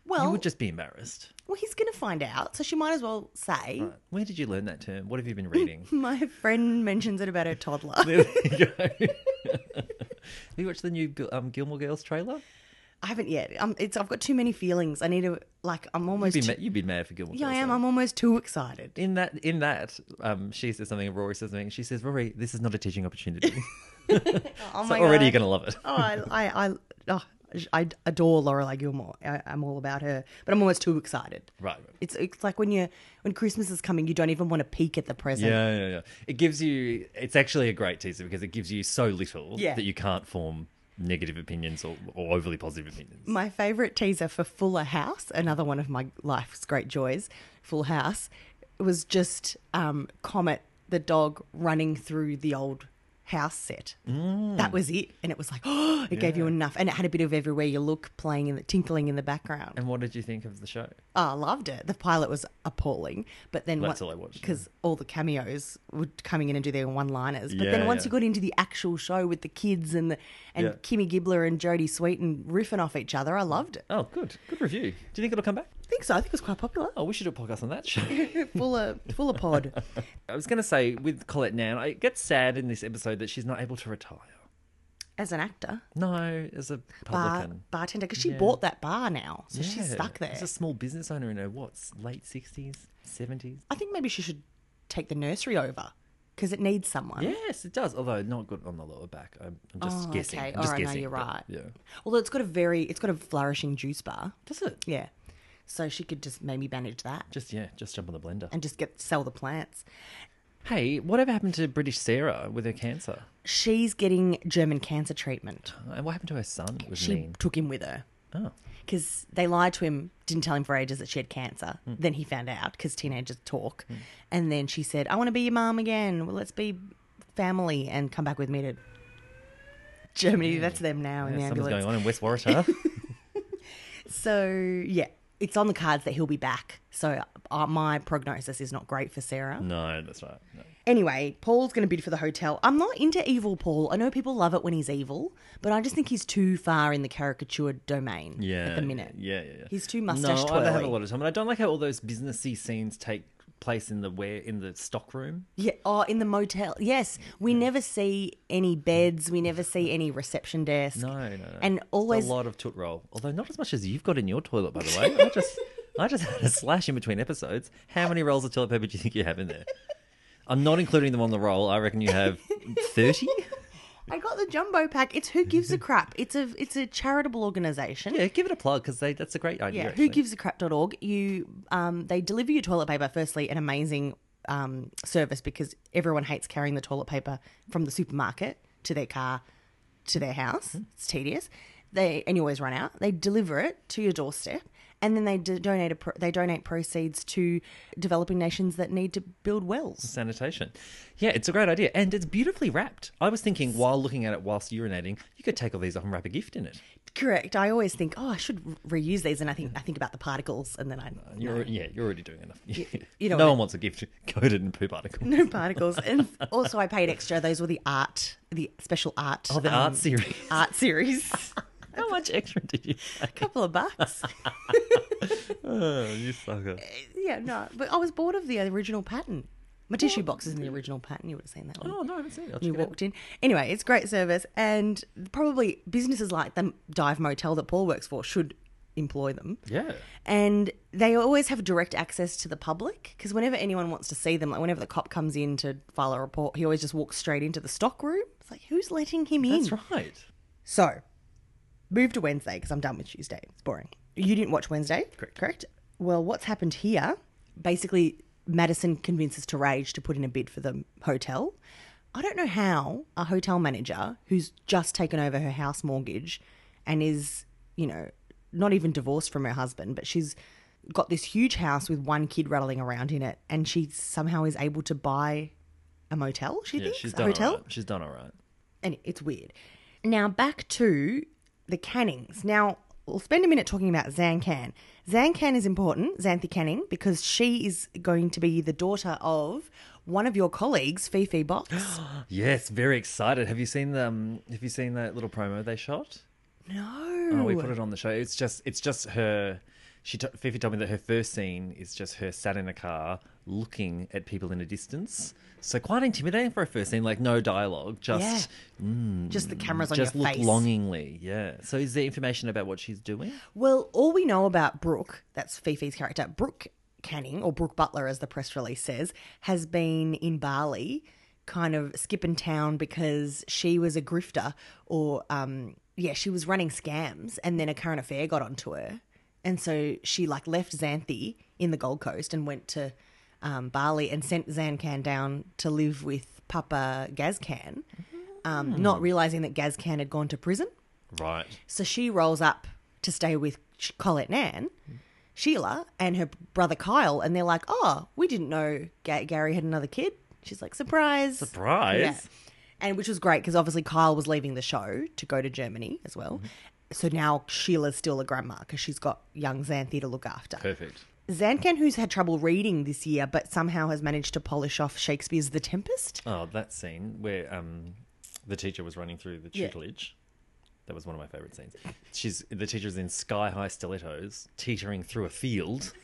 Well,
you would just be embarrassed.
well, he's going to find out, so she might as well say,
Right. Where did you learn that term? What have you been reading?
"My friend mentions it about her toddler."
there you go. have you watched the new Gil- um, Gilmore Girls trailer?
I haven't yet. I'm, it's I've got too many feelings. I need to like. I'm almost.
You've been,
too-
ma- you've been mad for Gilmore
yeah, I
Girls.
am.
though.
I'm almost too excited.
in that, in that, um, she says something, and Rory says something. and She says, "Rory, this is not a teaching opportunity."
Oh
so
my
already you're
God.
gonna love it.
Oh, I, I, I, oh, I adore Lorelai Gilmore. I, I'm all about her, but I'm almost too excited.
Right.
It's it's like when you when Christmas is coming, you don't even want to peek at the present.
Yeah, yeah, yeah. It gives you. It's actually a great teaser because it gives you so little
Yeah.
that you can't form negative opinions or, or overly positive opinions.
My favourite teaser for Fuller House, another one of my life's great joys, Full House, was just um, Comet the dog running through the old house set.
Mm.
That was it, and it was like, oh, it gave you enough, and it had a bit of everywhere you look playing in the tinkling in the background.
And what did you think of the show?
Oh, I loved it. The pilot was appalling, but then
That's all I watched, yeah.
because all the cameos were coming in and do their one-liners. But
Yeah,
then once
yeah.
you got into the actual show with the kids and the, and
Yeah.
Kimmy Gibbler and Jodie Sweetin riffing off each other, I loved it.
Oh, good, good review. Do you think it'll come back?
I think so. I think it was quite popular.
Oh, we should do a podcast on that show.
Fuller, fuller pod.
I was going to say with Colette now, it gets sad in this episode that she's not able to retire.
As an actor,
No, as a
bar,
publican.
bartender, because she bought that bar now, so
Yeah.
she's stuck there.
As a small business owner in her what's late sixties, seventies.
I think maybe she should take the nursery over because it needs someone.
Yes, it does. Although not good on the lower back. I'm, I'm just
Oh,
guessing.
okay.
I'm just
Alright, no,
guessing.
you're
but,
right.
Yeah.
Although it's got a very, it's got a flourishing juice bar.
Does it?
Yeah. So she could just maybe manage that
Just yeah, just jump on the blender.
and just get sell the plants.
Hey, whatever happened to British Sarah with her cancer? Uh,
She's getting German cancer treatment.
And what happened to her son? It was
She
mean.
took him with her
Oh.
because they lied to him, didn't tell him for ages that she had cancer.
Hmm.
Then he found out because teenagers talk. And then she said, I want to be your mom again. Well, let's be family and come back with me to Germany. That's them now in the
Yeah, something's
ambulance.
going on in West Waratah.
So, yeah, it's on the cards that he'll be back. So, uh, my prognosis is not great for Sarah.
no, that's right. No.
Anyway, Paul's going to bid for the hotel. I'm not into evil Paul. I know people love it when he's evil, but I just think he's too far in the caricatured domain
Yeah.
at the minute.
Yeah, yeah, yeah.
He's too mustache
No, I don't have a
twirly.
lot of time, and I don't like how all those businessy scenes take place in the where in the stock room.
Yeah, oh, in the motel. Yes, we never see any beds. We never see any reception desk.
No, no, no.
And always,
a lot of toot roll, although not as much as you've got in your toilet, by the way. I just, I just had a slash in between episodes. How many rolls of toilet paper do you think you have in there? I'm not including them on the roll. I reckon you have thirty.
I got the jumbo pack. It's who gives a crap. It's a it's a charitable organisation.
Yeah, give it a plug because they—that's a great idea.
Yeah,
actually.
who gives a crap.org. You um they deliver your toilet paper firstly an amazing um service because everyone hates carrying the toilet paper from the supermarket to their car
Mm-hmm.
to their house. It's tedious. They and you always run out. They deliver it to your doorstep and then they d- donate a pro- they donate proceeds to developing nations that need to build wells.
Sanitation. Yeah, it's a great idea. And it's beautifully wrapped. I was thinking while looking at it whilst urinating, you could take all these off and wrap a gift in it.
Correct. I always think, oh, I should re- reuse these, and I think I think about the particles, and then I
You're, Yeah, you're already doing enough.
you know
no
what-
one wants a gift coated in poo particles.
no particles. And also, I paid extra. Those were the art, the special art.
Oh, the
um,
art series.
Art series.
How much extra did you pay?
A couple of bucks.
Oh, you sucker.
yeah, no, but I was bored of the original pattern. My tissue box is in the original pattern. You would have seen that one.
Oh, no, I haven't seen it. I'll
you
check it out.
walked in. Anyway, it's great service, and probably businesses like the dive motel that Paul works for should employ them.
Yeah.
And they always have direct access to the public because whenever anyone wants to see them, like whenever the cop comes in to file a report, he always just walks straight into the stock room. It's like, who's letting him in?
That's right.
So, move to Wednesday because I'm done with Tuesday. It's boring. You didn't watch Wednesday? Correct. Correct. Well, what's happened here? Basically, Madison convinces Terage to put in a bid for the hotel. I don't know how a hotel manager who's just taken over her house mortgage and is, you know, not even divorced from her husband, but she's got this huge house with one kid rattling around in it and she somehow is able to buy a motel, she
Yeah,
thinks?
she's
a
done
hotel?
all right. She's done all right.
and it's weird. Now back to the Cannings. Now we'll spend a minute talking about Zan Can. Zan Can is important, Xanthi Canning, because she is going to be the daughter of one of your colleagues, Fifi Box.
Yes, very excited. Have you seen the, um, Have you seen that little promo they shot?
no,
Oh, we put it on the show. It's just it's just her. She t- Fifi told me that her first scene is just her sat in a car looking at people in a distance. So quite intimidating for a first scene, like no dialogue, just
just the cameras on
just
your
look
face.
longingly. Yeah. So is there information about what she's doing?
Well, all we know about Brooke, that's Fifi's character, Brooke Canning, or Brooke Butler as the press release says, has been in Bali, kind of skipping town because she was a grifter or, um, yeah, she was running scams and then a current affair got onto her. And so she like left Xanthi in the Gold Coast and went to um, Bali and sent Zancan down to live with Papa Gazcan, um, not realizing that Gazcan had gone to prison.
Right.
So she rolls up to stay with Sh- Colette Nan, Sheila, and her brother Kyle, and they're like, "Oh, we didn't know Ga- Gary had another kid." She's like, "Surprise!"
Surprise.
Yeah. And which was great because obviously Kyle was leaving the show to go to Germany as well. So now Sheila's still a grandma because she's got young Xanthi to look after.
Perfect.
Zancan, who's had trouble reading this year but somehow has managed to polish off Shakespeare's The Tempest.
Oh, that scene where um, the teacher was running through the tutelage. That was one of my favourite scenes. She's the teacher's in sky high stilettos, teetering through a field,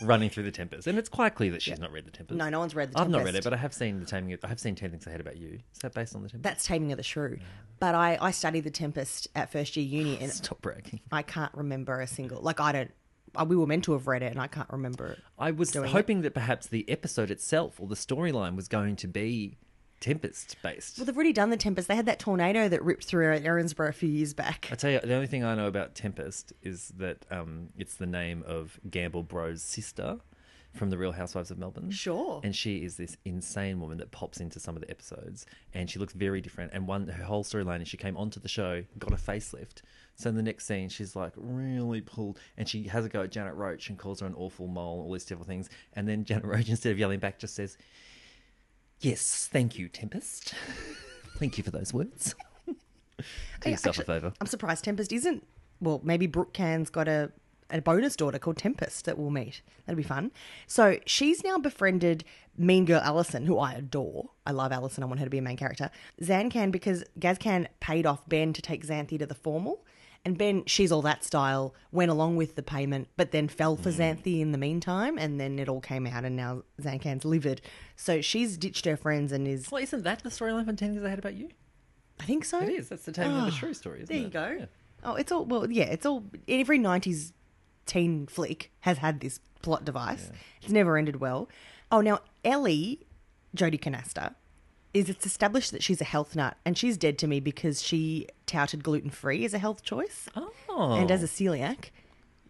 running through the tempest, and it's quite clear that she's not read the tempest.
No, no one's read The
I've
Tempest.
not read it, but I have seen the taming. Of, I have seen Ten Things I Hate About You. Is that based on the tempest?
That's Taming of the Shrew. But I, I studied The Tempest at first year uni and
Stop bragging.
I can't remember a single. Like I don't. I- We were meant to have read it, and I can't remember it.
I was hoping that perhaps the episode itself or the storyline was going to be tempest based.
Well, they've already done the Tempest. They had that tornado that ripped through Erinsborough a few years
I
back.
tell you, the only thing I know about Tempest is that um, it's the name of Gamble Bro's sister from the Real Housewives of Melbourne.
Sure.
And she is this insane woman that pops into some of the episodes, and she looks very different. And one, her whole storyline is she came onto the show, got a facelift. So in the next scene, she's like really pulled, and she has a go at Janet Roach and calls her an awful mole, all these different things. And then Janet Roach, instead of yelling back, just says, "Yes, thank you, Tempest. thank you for those words." Do
Yeah,
yourself
actually,
a favour.
I'm surprised Tempest isn't. Well, maybe Brooke Can's got a a bonus daughter called Tempest that we'll meet. That'll be fun. So she's now befriended Mean Girl Allison, who I adore. I love Allison. I want her to be a main character. Zan can because Gaz can paid off Ben to take Xanthi to the formal. And Ben, she's all that style, went along with the payment, but then fell
Hmm.
for Xanthi in the meantime, and then it all came out, and now Zancan's livid. So she's ditched her friends and is,
Well, isn't that the storyline from Ten Things I Hate About You?
I think so.
It is. That's the Taming of
Ah,
the Shrew story, isn't
There you
it?
go. Oh, it's all well, yeah, it's all every nineties teen flick has had this plot device. It's never ended well. Oh now Ellie, Jodie Canasta, is it's established that she's a health nut and she's dead to me because she touted gluten free as a health choice.
Yeah. Oh.
And as a celiac,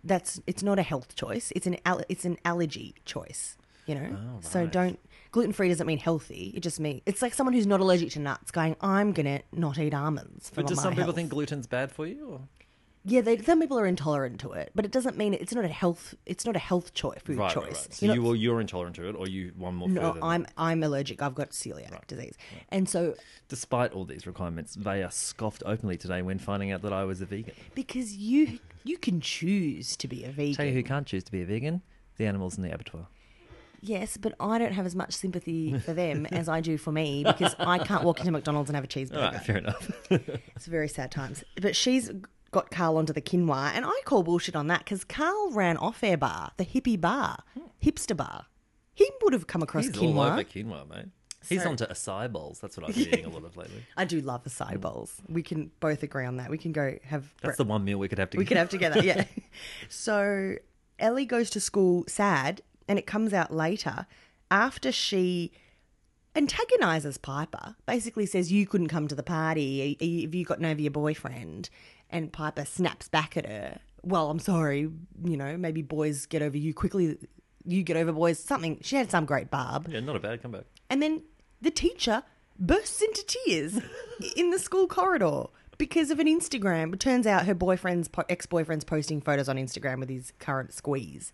that's it's not a health choice. It's an al- it's an allergy choice. You know,
Oh,
so don't gluten free doesn't mean healthy. It just means it's like someone who's not allergic to nuts going, I'm gonna not eat almonds. For
but do
my
some people
health."
think gluten's bad for you? Or?
Yeah, they, some people are intolerant to it, but it doesn't mean it's not a health. It's not a health choice. Food
Right,
choice.
right, right. So
You're
you
not-
will, you're intolerant to it, or you one more
No,
further. than-
I'm I'm allergic. I've got celiac disease, and so
Despite all these requirements, they are scoffed openly today when finding out that I was a vegan.
because you you can choose to be a vegan.
Tell you who can't choose to be a vegan: the animals in the abattoir.
Yes, but I don't have as much sympathy for them as I do for me because I can't walk into McDonald's and have a cheeseburger.
Fair enough.
It's very sad times. But she's got Carl onto the quinoa, and I call bullshit on that because Carl ran off air bar, the hippie bar, hipster bar. He would have come across
Hmm. He's
quinoa.
all over quinoa, mate. He's
So-
onto acai bowls. That's what I've been eating a lot of lately.
I do love acai bowls. We can both agree on that. We can go have
That's
breakfast.
the one meal we could have to.
we could have together. Yeah. so Ellie goes to school sad, and it comes out later after she antagonizes Piper. Basically, says you couldn't come to the party. Are- are you- Have you gotten over your boyfriend? And Piper snaps back at her. Well, I'm sorry. You know, maybe boys get over you quickly. You get over boys. Something. She had some great barb.
Yeah, not a bad comeback.
And then the teacher bursts into tears in the school corridor because of an Instagram. It turns out her boyfriend's po- ex boyfriend's posting photos on Instagram with his current squeeze.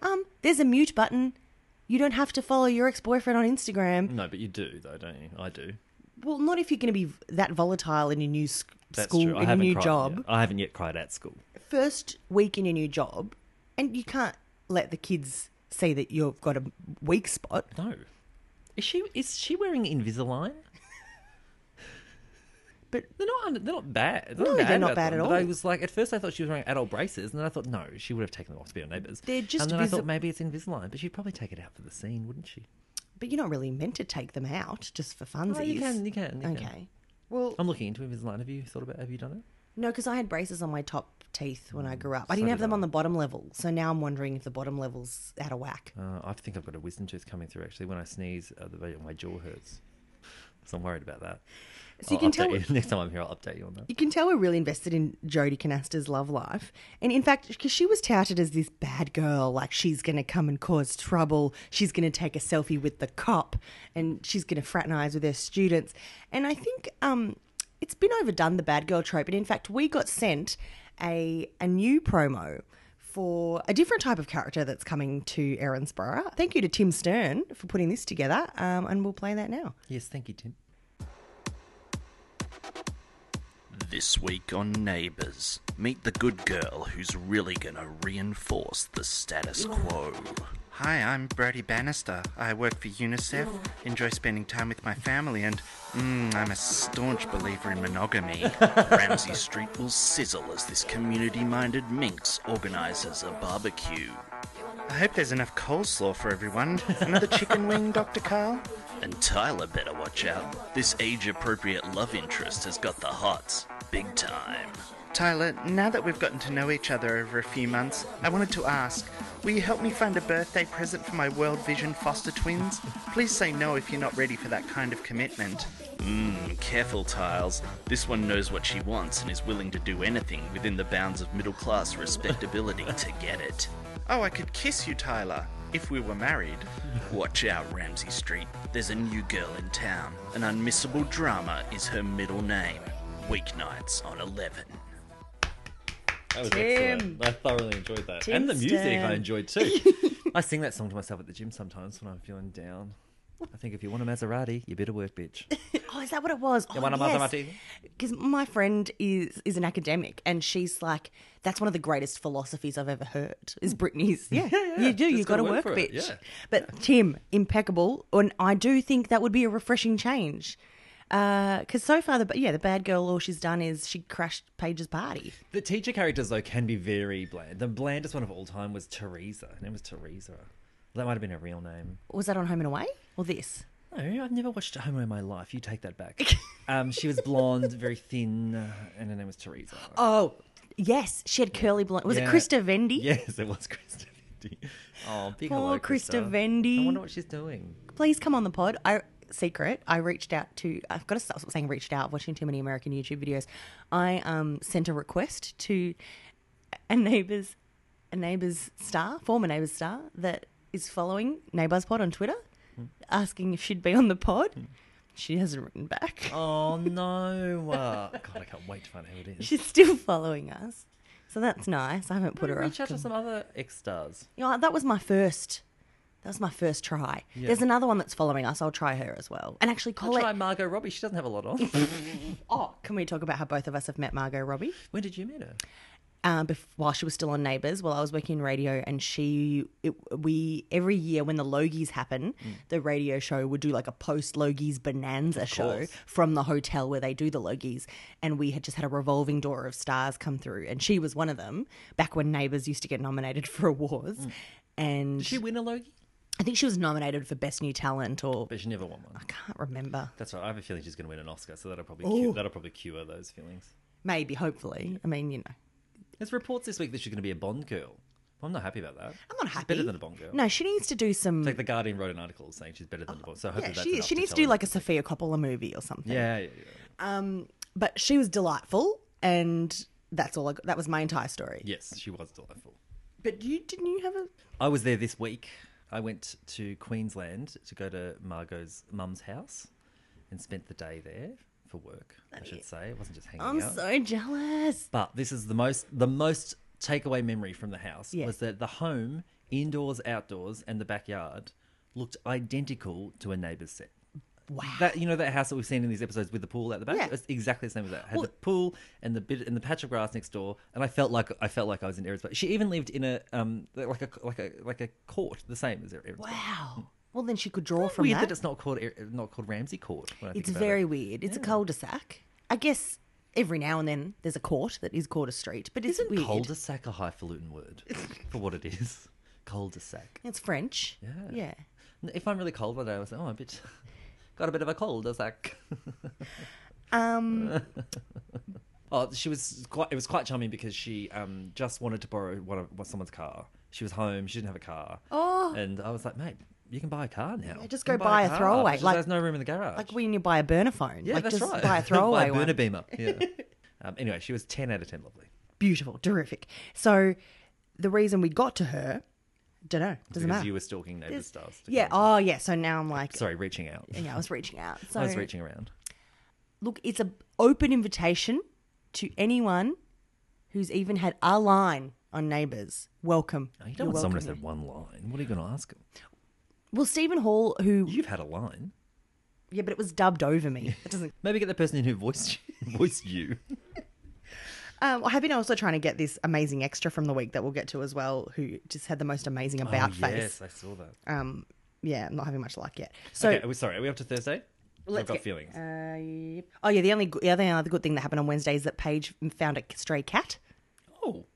Um, there's a mute button. You don't have to follow your ex boyfriend on Instagram.
No, but you do though, don't you? I do.
Well, not if you're going to be that volatile in your new sc-
That's
school,
true. I
in your
haven't
new
cried
job.
yet. I haven't yet cried at school.
First week in your new job, and you can't let the kids see that you've got a weak spot.
No. Is she is she wearing Invisalign? but they're not under- they're not bad.
No,
They're not bad
they're not
about
bad
them,
at
but I
all.
was like, at first I thought she was wearing adult braces, and then I thought no, she would have taken them off to be on neighbours.
They're just
and then I
visi-
thought maybe it's Invisalign, but she'd probably take it out for the scene, wouldn't she?
But you're not really meant to take them out just for funsies.
Oh, you can, you can. You can.
Okay. Well,
I'm looking into Invisalign. Have you thought about? Have you done it?
no, because I had braces on my top teeth when I grew up. I didn't
so
have
did
them
I.
on the bottom level, so now I'm wondering if the bottom level's out of whack.
Uh, I think I've got a wisdom tooth coming through. Actually, when I sneeze, uh, the way my jaw hurts. So I'm worried about that.
So you can
I'll update
tell.
you. next time I'm here. I'll update you on that.
You can tell we're really invested in Jodie Canaster's love life. And in fact, because she was touted as this bad girl, like she's going to come and cause trouble, she's going to take a selfie with the cop, and she's going to fraternize with her students. And I think um, it's been overdone, the bad girl trope. And in fact, we got sent a, a new promo for a different type of character that's coming to Erinsborough. Thank you to Tim Stern for putting this together, um, and we'll play that now.
Yes, thank you, Tim.
This week on Neighbours, meet the good girl who's really gonna reinforce the status quo.
Hi, I'm Brody Bannister. I work for UNICEF, enjoy spending time with my family, and mm, I'm a staunch believer in monogamy.
Ramsey Street will sizzle as this community minded minx organises a barbecue.
I hope there's enough coleslaw for everyone. Another chicken wing, Dr. Carl?
And Tyler better watch out. This age appropriate love interest has got the hots. Big time.
Tyler, now that we've gotten to know each other over a few months, I wanted to ask will you help me find a birthday present for my World Vision foster twins? Please say no if you're not ready for that kind of commitment.
Mmm, careful, Tiles. This one knows what she wants and is willing to do anything within the bounds of middle class respectability to get it.
Oh, I could kiss you, Tyler, if we were married.
Watch out, Ramsey Street. There's a new girl in town. An unmissable drama is her middle name. Weeknights on 11.
That was
Tim.
excellent. I thoroughly enjoyed that.
Tim
and the music
Stan.
I enjoyed too. I sing that song to myself at the gym sometimes when I'm feeling down. I think if you want a Maserati, you better work, bitch.
Oh, is that what it was? Oh,
You want a Maserati?
Because my friend is is an academic, and she's like, that's one of the greatest philosophies I've ever heard. Is Britney's? Yeah, you do.
Just
You got to
gotta
work,
work for
bitch.
it, yeah.
But Tim, impeccable, and I do think that would be a refreshing change. Because so far, the yeah, the bad girl, all she's done is she crashed Paige's party.
The teacher characters though can be very bland. The blandest one of all time was Teresa. Her name was Teresa. That might have been a real name.
Was that on Home and Away or this?
No, I've never watched Homo in my life. You take that back. um, she was blonde, very thin, uh, and her name was Teresa.
Oh, yes, she had curly blonde. Was it
Yeah.
Krista Vendy?
Yes, it was Krista Vendi. Oh, big
Poor
hello,
Krista
Krista
Vendi.
I wonder what she's doing.
please come on the pod. I secret. I reached out to. I've got to stop saying reached out. Watching too many American YouTube videos. I um sent a request to a neighbor's a neighbor's star, former neighbor's star that is following Neighbors Pod on Twitter,
Hmm.
asking if she'd be on the pod. She hasn't written back.
Oh no! Uh, God, I can't wait to find out who it is.
She's still following us. So that's nice. I haven't put her off.
Reach out to some other ex stars.
You know, that was my first. That was my first try. There's another one that's following us. I'll try her as well. And actually, Colette.
Try Margot Robbie. She doesn't have a lot on.
Oh, can we talk about how both of us have met Margot Robbie?
when did you meet her?
um, bef- while she was still on Neighbours, while I was working in radio, and she, it, we every year when the Logies happen,
Mm.
the radio show would do like a post Logies bonanza show from the hotel where they do the Logies, and we had just had a revolving door of stars come through, and she was one of them. Back when Neighbours used to get nominated for awards, and
Did Mm. she win a Logie?
I think she was nominated for best new talent or
But she never won one.
I can't remember.
That's right. I have a feeling she's going to win an Oscar, so that'll probably cure, that'll probably cure those feelings.
Maybe, hopefully. I mean, you know,
There's reports this week that she's going to be a Bond girl. I'm not happy about that.
I'm not
She's
happy.
better than a Bond girl.
No, she needs to do some.
Like the Guardian wrote an article saying she's better than a Bond. So hopefully
yeah,
that's
she
enough
she needs to
tell
do
them.
like a Sophia Coppola movie or something.
Yeah, yeah, yeah.
but she was delightful, and that's all. I got. That was my entire story.
Yes, she was delightful.
But you didn't you have a?
I was there this week. I went to Queensland to go to Margot's mum's house and spent the day there for work. I should say it wasn't just hanging
I'm
out.
so jealous.
But this is the most the most takeaway memory from the house
Yeah.
was that the home, indoors, outdoors, and the backyard looked identical to a neighbour's set. Wow. That you know that house that we've seen in these episodes with the pool out the back?
Yeah.
It's exactly the same as that. Had
Well-
the pool and the bit and the patch of grass next door and I felt like I felt like I was in Eric's She even lived in a um like a like a like a court the same as Eric's
Wow. Well, then she could draw from
Weird that?
that.
it's not called Er- not called Ramsey Court. when I think
it's
about it.
very weird. It's a cul-de-sac. I guess every now and then there's a court that is called a street, but it's
Isn't
weird.
cul-de-sac a highfalutin word for what it is? Cul-de-sac.
It's French. Yeah. Yeah.
If I'm really cold one day, I was like, oh, I'm a bit, got a bit of a cold. I was like,
Um.
oh, she was quite. It was quite charming because she um just wanted to borrow one of one- someone's car. She was home. She didn't have a car.
Oh.
and I was like, mate, you can buy a car now.
Yeah, just
You can
go buy a
car."
throwaway,
She's
like-
there's no room in the garage.
like when you buy a burner phone.
yeah,
like
that's
just
right.
buy a throwaway
buy a burner
one.
beamer. Yeah. um, anyway, she was ten out of ten. Lovely.
Beautiful, terrific. So the reason we got to her, don't know, doesn't
because
matter.
you were stalking neighbor stars. to
yeah.
go-
Oh, yeah. So now I'm like,
Sorry, reaching out.
yeah, I was reaching out. So
I was reaching around. Oh,
look, it's an open invitation to anyone who's even had a line on Neighbours. Welcome.
Oh, you
You're
don't want someone to
welcome
say one line. What are you going to ask them?
here. Well, Stephen Hall, who
You've had a line.
yeah, but it was dubbed over me. It doesn't.
Maybe get the person in who voiced you. voiced you.
Um, I have been also trying to get this amazing extra from the week that we'll get to as well, who just had the most
Oh,
amazing about face.
I saw that.
Um, yeah, I'm not having much luck yet. So
okay, are we, sorry, are we up to Thursday?
Let's
I've got
get-
feelings.
Uh, yep. Oh yeah, the only go- the other other good thing that happened on Wednesday is that Paige found a stray cat,
oh,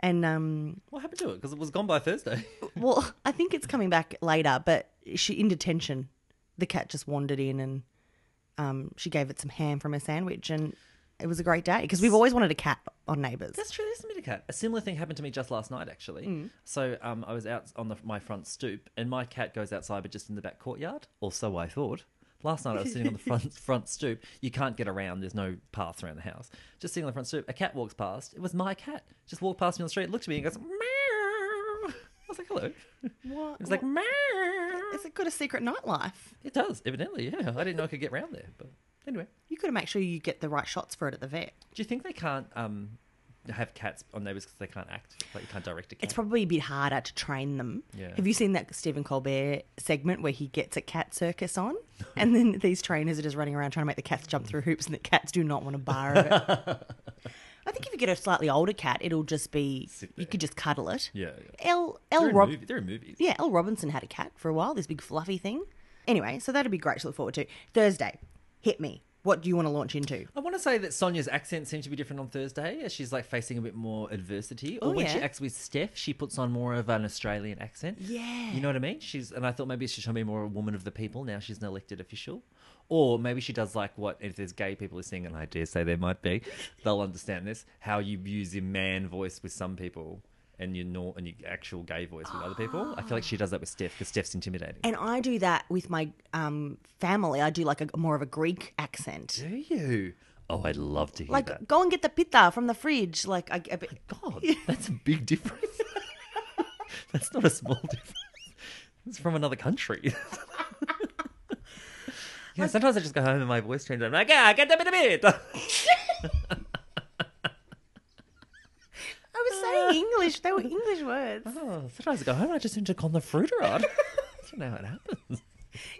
and um,
what happened to it? Because it was gone by Thursday.
well, I think it's coming back later, but she in detention. The cat just wandered in, and um, she gave it some ham from her sandwich, and it was a great day because we've always wanted a cat on Neighbours.
That's true. There's a bit of cat. A similar thing happened to me just last night, actually.
Mm.
So um, I was out on the, my front stoop, and my cat goes outside, but just in the back courtyard, or so I thought. Last night I was sitting on the front front stoop. You can't get around. There's no paths around the house. Just sitting on the front stoop. A cat walks past. It was my cat. Just walked past me on the street, looked at me, and goes meow. I was like, hello.
What?
It was like meow.
It's a good a secret nightlife.
It does, evidently, yeah. I didn't know I could get round there. But anyway.
You got to make sure you get the right shots for it at the vet.
Do you think they can't um, have cats on neighbours because they can't act? Like you can't direct a cat?
It's probably a bit harder to train them.
Yeah.
Have you seen that Stephen Colbert segment where he gets a cat circus on? And then these trainers are just running around trying to make the cats jump through hoops and the cats do not want to borrow it. I think if you get a slightly older cat, it'll just be, you could just cuddle it.
yeah, yeah.
L,
They're,
L,
in
Rob,
movie- they're in movies.
yeah, L. Robinson had a cat for a while, this big fluffy thing. Anyway, so that'd be great to look forward to. Thursday, hit me. What do you want to launch into?
I want to say that Sonia's accent seemed to be different on Thursday as she's like facing a bit more adversity. Or
Oh,
when she
yeah.
acts with Steph, she puts on more of an Australian accent.
Yeah.
You know what I mean? She's and I thought maybe she's trying to be more a woman of the people. Now she's an elected official. Or maybe she does like what if there's gay people listening, and I dare say there might be, they'll understand this. How you use your man voice with some people and your nor and your actual gay voice with other people. I feel like she does that with Steph because Steph's intimidating.
And I do that with my um, family. I do like a more of a Greek accent.
Do you? Oh, I'd love to hear
like
that.
go and get the pita from the fridge like i, I but-
God, that's a big difference. that's not a small difference. It's from another country. yeah, sometimes I just go home and my voice changes. I'm like, Oh, ah, get a bit of it.
i was English. They were English words.
Oh, sometimes I go home and I just turn to con the fruiterard. That's how it happens.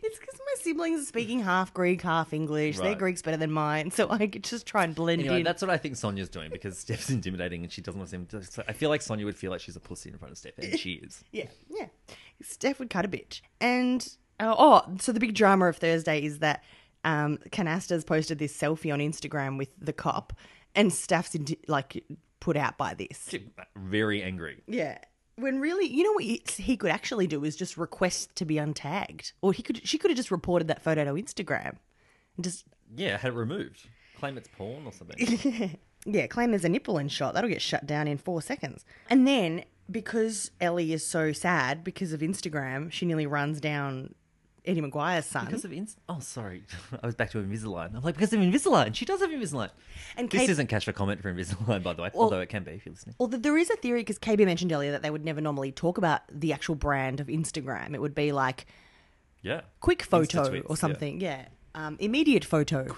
It's because my siblings are speaking half Greek, half English. Their
Right.
Greek's better than mine, so I could just try and blend
Anyway,
in.
that's what I think Sonia's doing because Steph's intimidating and she doesn't want to seem. so I feel like Sonia would feel like she's a pussy in front of Steph, and she is.
Yeah, yeah. Steph would cut a bitch. And uh, oh, so the big drama of Thursday is that um, Canasta's posted this selfie on Instagram with the cop, and Steph's into, like put out by this.
Very angry.
Yeah. When really, you know what he he could actually do is just request to be untagged, or he could she could have just reported that photo to Instagram, and just
Yeah, had it removed. Claim it's porn or something.
Yeah, claim there's a nipple in shot. That'll get shut down in four seconds. And then because Ellie is so sad because of Instagram, she nearly runs down Eddie McGuire's son.
because of Inst- Oh, sorry. I was back to Invisalign. I'm like, because of Invisalign. She does have Invisalign.
And
this
Kate-
isn't cash for comment for Invisalign, by the way, although it can be if you're listening.
Although there is a theory, because KB mentioned earlier that they would never normally talk about the actual brand of Instagram. It would be like
Yeah.
quick photo
Insta-tweets,
or
yeah.
something. Yeah. Um, immediate photo.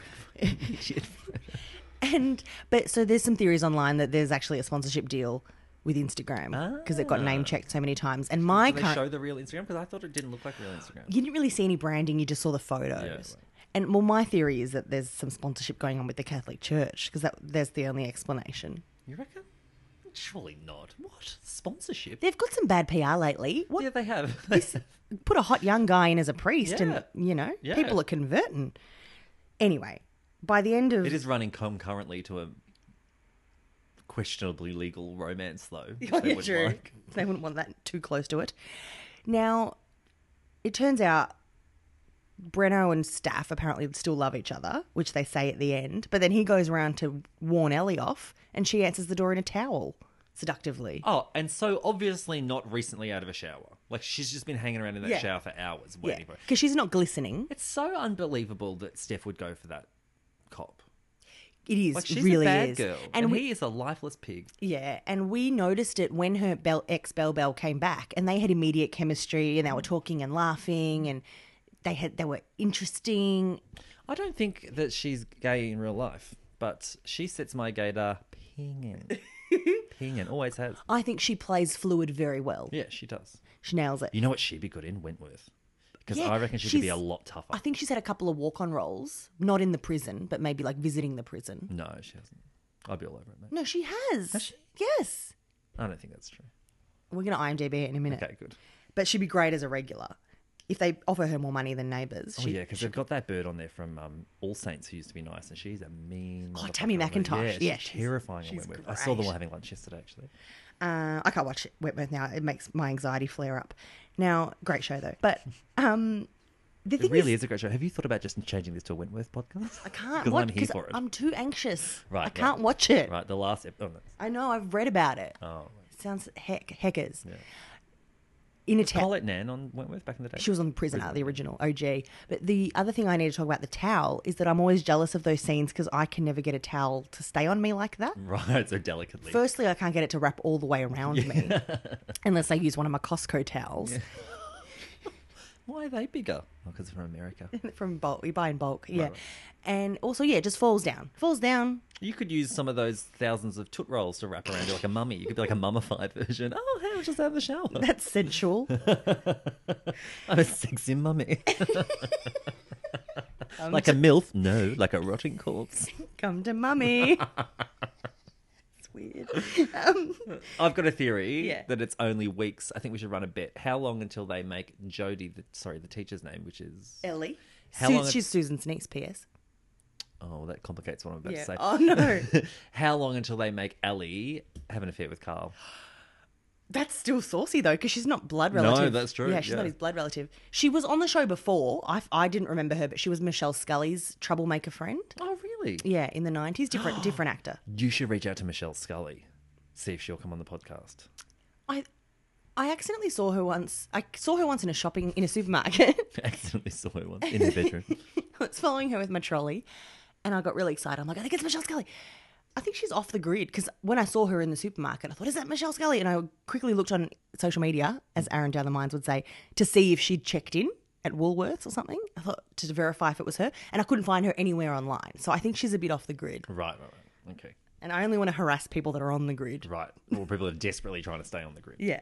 and but so there's some theories online that there's actually a sponsorship deal with Instagram because it got name checked so many times. And my
Ah. Do they
current-
show the real Instagram? Because I thought it didn't look like real Instagram.
you didn't really see any branding, you just saw the photos.
right.
And well, my theory is that there's some sponsorship going on with the Catholic Church because there's the only explanation.
You reckon? Surely not. What? Sponsorship?
They've got some bad PR lately. What?
Yeah, they have.
Put a hot young guy in as a priest,
Yeah.
and you know,
Yeah.
people are converting. Anyway, by the end of
it is running concurrently to a questionably legal romance, though. which
Oh,
they
yeah,
wouldn't
true.
like.
They wouldn't want that too close to it. Now, it turns out Breno and Staff apparently still love each other, which they say at the end. But then he goes around to warn Ellie off, and she answers the door in a towel seductively.
Oh, and so obviously not recently out of a shower. Like she's just been hanging around in that
Yeah.
shower for hours
yeah,
waiting for it.
because she's not glistening.
It's so unbelievable that Steph would go for that cop.
It is
Like she's
really
a bad
is,
girl,
and,
and,
we
he is a lifeless pig.
yeah, and we noticed it when her Bell ex Bell Bell came back, and they had immediate chemistry, and they were talking and laughing, and they had they were interesting.
I don't think that she's gay in real life, but she sets my gator pinging, pinging. Always has.
I think she plays fluid very well.
Yeah, she does.
She nails it.
You know what she'd be good in Wentworth, because
Yeah,
I reckon she could be a
she's-
lot tougher.
I think she's had a couple of walk on roles, not in the prison, but maybe like visiting the prison.
No, she hasn't. I'd be all over it, mate.
No, she has. Yes.
I don't think that's true.
We're going to IMDb her in a minute.
Okay, good.
But she'd be great as a regular. If they offer her more money than neighbours.
oh
she-
yeah, because they've got that bird on there from um, All Saints who used to be nice, and she's a mean.
Oh,
motherfucker.
Tammy McIntosh.
yeah,
Yeah,
she's
she's-
terrifying. at
she's
Wentworth. I saw them
great.
all having lunch yesterday, actually.
Uh, I can't watch Wentworth now. It makes my anxiety flare up. Now, great show though. But um, the thing
It really
is,
is a great show. Have you thought about just changing this to a Wentworth podcast?
I can't
Because
watch
I'm here for it.
I'm too anxious.
Right,
I
right.
can't watch it.
Right, the last. Ep- oh, no.
I know. I've read about it.
Oh,
Sounds heck heckers. In a town.
Colette Nan on Wentworth back in the day.
She was on Prison Art, the original OG. But the other thing I need to talk about the towel is that I'm always jealous of those scenes because I can never get a towel to stay on me like that.
Right, so delicately.
Firstly, I can't get it to wrap all the way around me unless I use one of my Costco towels
Why are they bigger? Because they're from America.
from bulk. We buy in bulk, yeah. And also, yeah, it just falls down, falls down.
you could use some of those thousands of toot rolls to wrap around you like a mummy. You could be like a mummified version. Oh, hey, I was just out of the shower.
That's sensual.
I'm a sexy mummy. like a MILF? No, like a rotting corpse.
Come to mummy. it's weird. Um,
I've got a theory
Yeah.
that it's only weeks. I think we should run a bet. How long until they make Jodie, the, sorry, the teacher's name, which is.
Ellie.
How
Su-
long-
she's Susan Sneaks, P.S.
Oh, that complicates what I'm about
Yeah.
to say.
Oh no,
How long until they make Ellie have an affair with Carl?
That's still saucy though, because she's not blood relative.
that's true,
Yeah, she's
yeah.
not his blood relative. She was on the show before. I, I didn't remember her, but she was Michelle Scully's troublemaker friend.
Oh, really?
Yeah, in the nineties, different different actor.
You should reach out to Michelle Scully, see if she'll come on the podcast.
I I accidentally saw her once. I saw her once in a shopping in a supermarket.
Accidentally saw her once in her bedroom.
I was following her with my trolley, and I got really excited. I'm like, I think it's Michelle Scully. I think she's off the grid because when I saw her in the supermarket, I thought, is that Michelle Scully? And I quickly looked on social media, as Aaron down the mines would say, to see if she'd checked in at Woolworths or something. I thought to verify if it was her, and I couldn't find her anywhere online. So I think she's a bit off the grid.
right, right, right. Okay.
And I only want to harass people that are on the grid.
Right. Well, people are desperately trying to stay on the grid.
Yeah.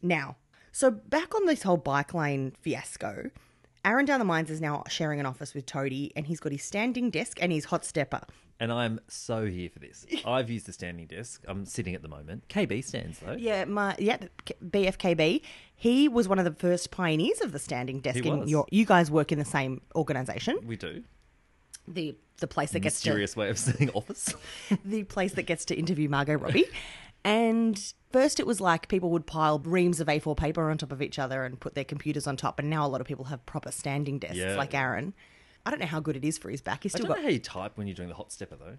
Now, so back on this whole bike lane fiasco, Aaron down the mines is now sharing an office with Toadie, and he's got his standing desk and his hot stepper.
And I'm so here for this. I've used the standing desk. I'm sitting at the moment. KB stands though.
Yeah, my yeah, K- BFKB. He was one of the first pioneers of the standing desk.
He
in
was.
your, you guys work in the same organisation,
We do.
the the place that gets to,
Mysterious way of saying office.
the place that gets to interview Margot Robbie. and first, it was like people would pile reams of A4 paper on top of each other and put their computers on top. And now a lot of people have proper standing desks,
Yeah.
like Aaron. I don't know how good it is for his back. He's
I
still
don't
got
know how you type when you're doing the hot stepper though.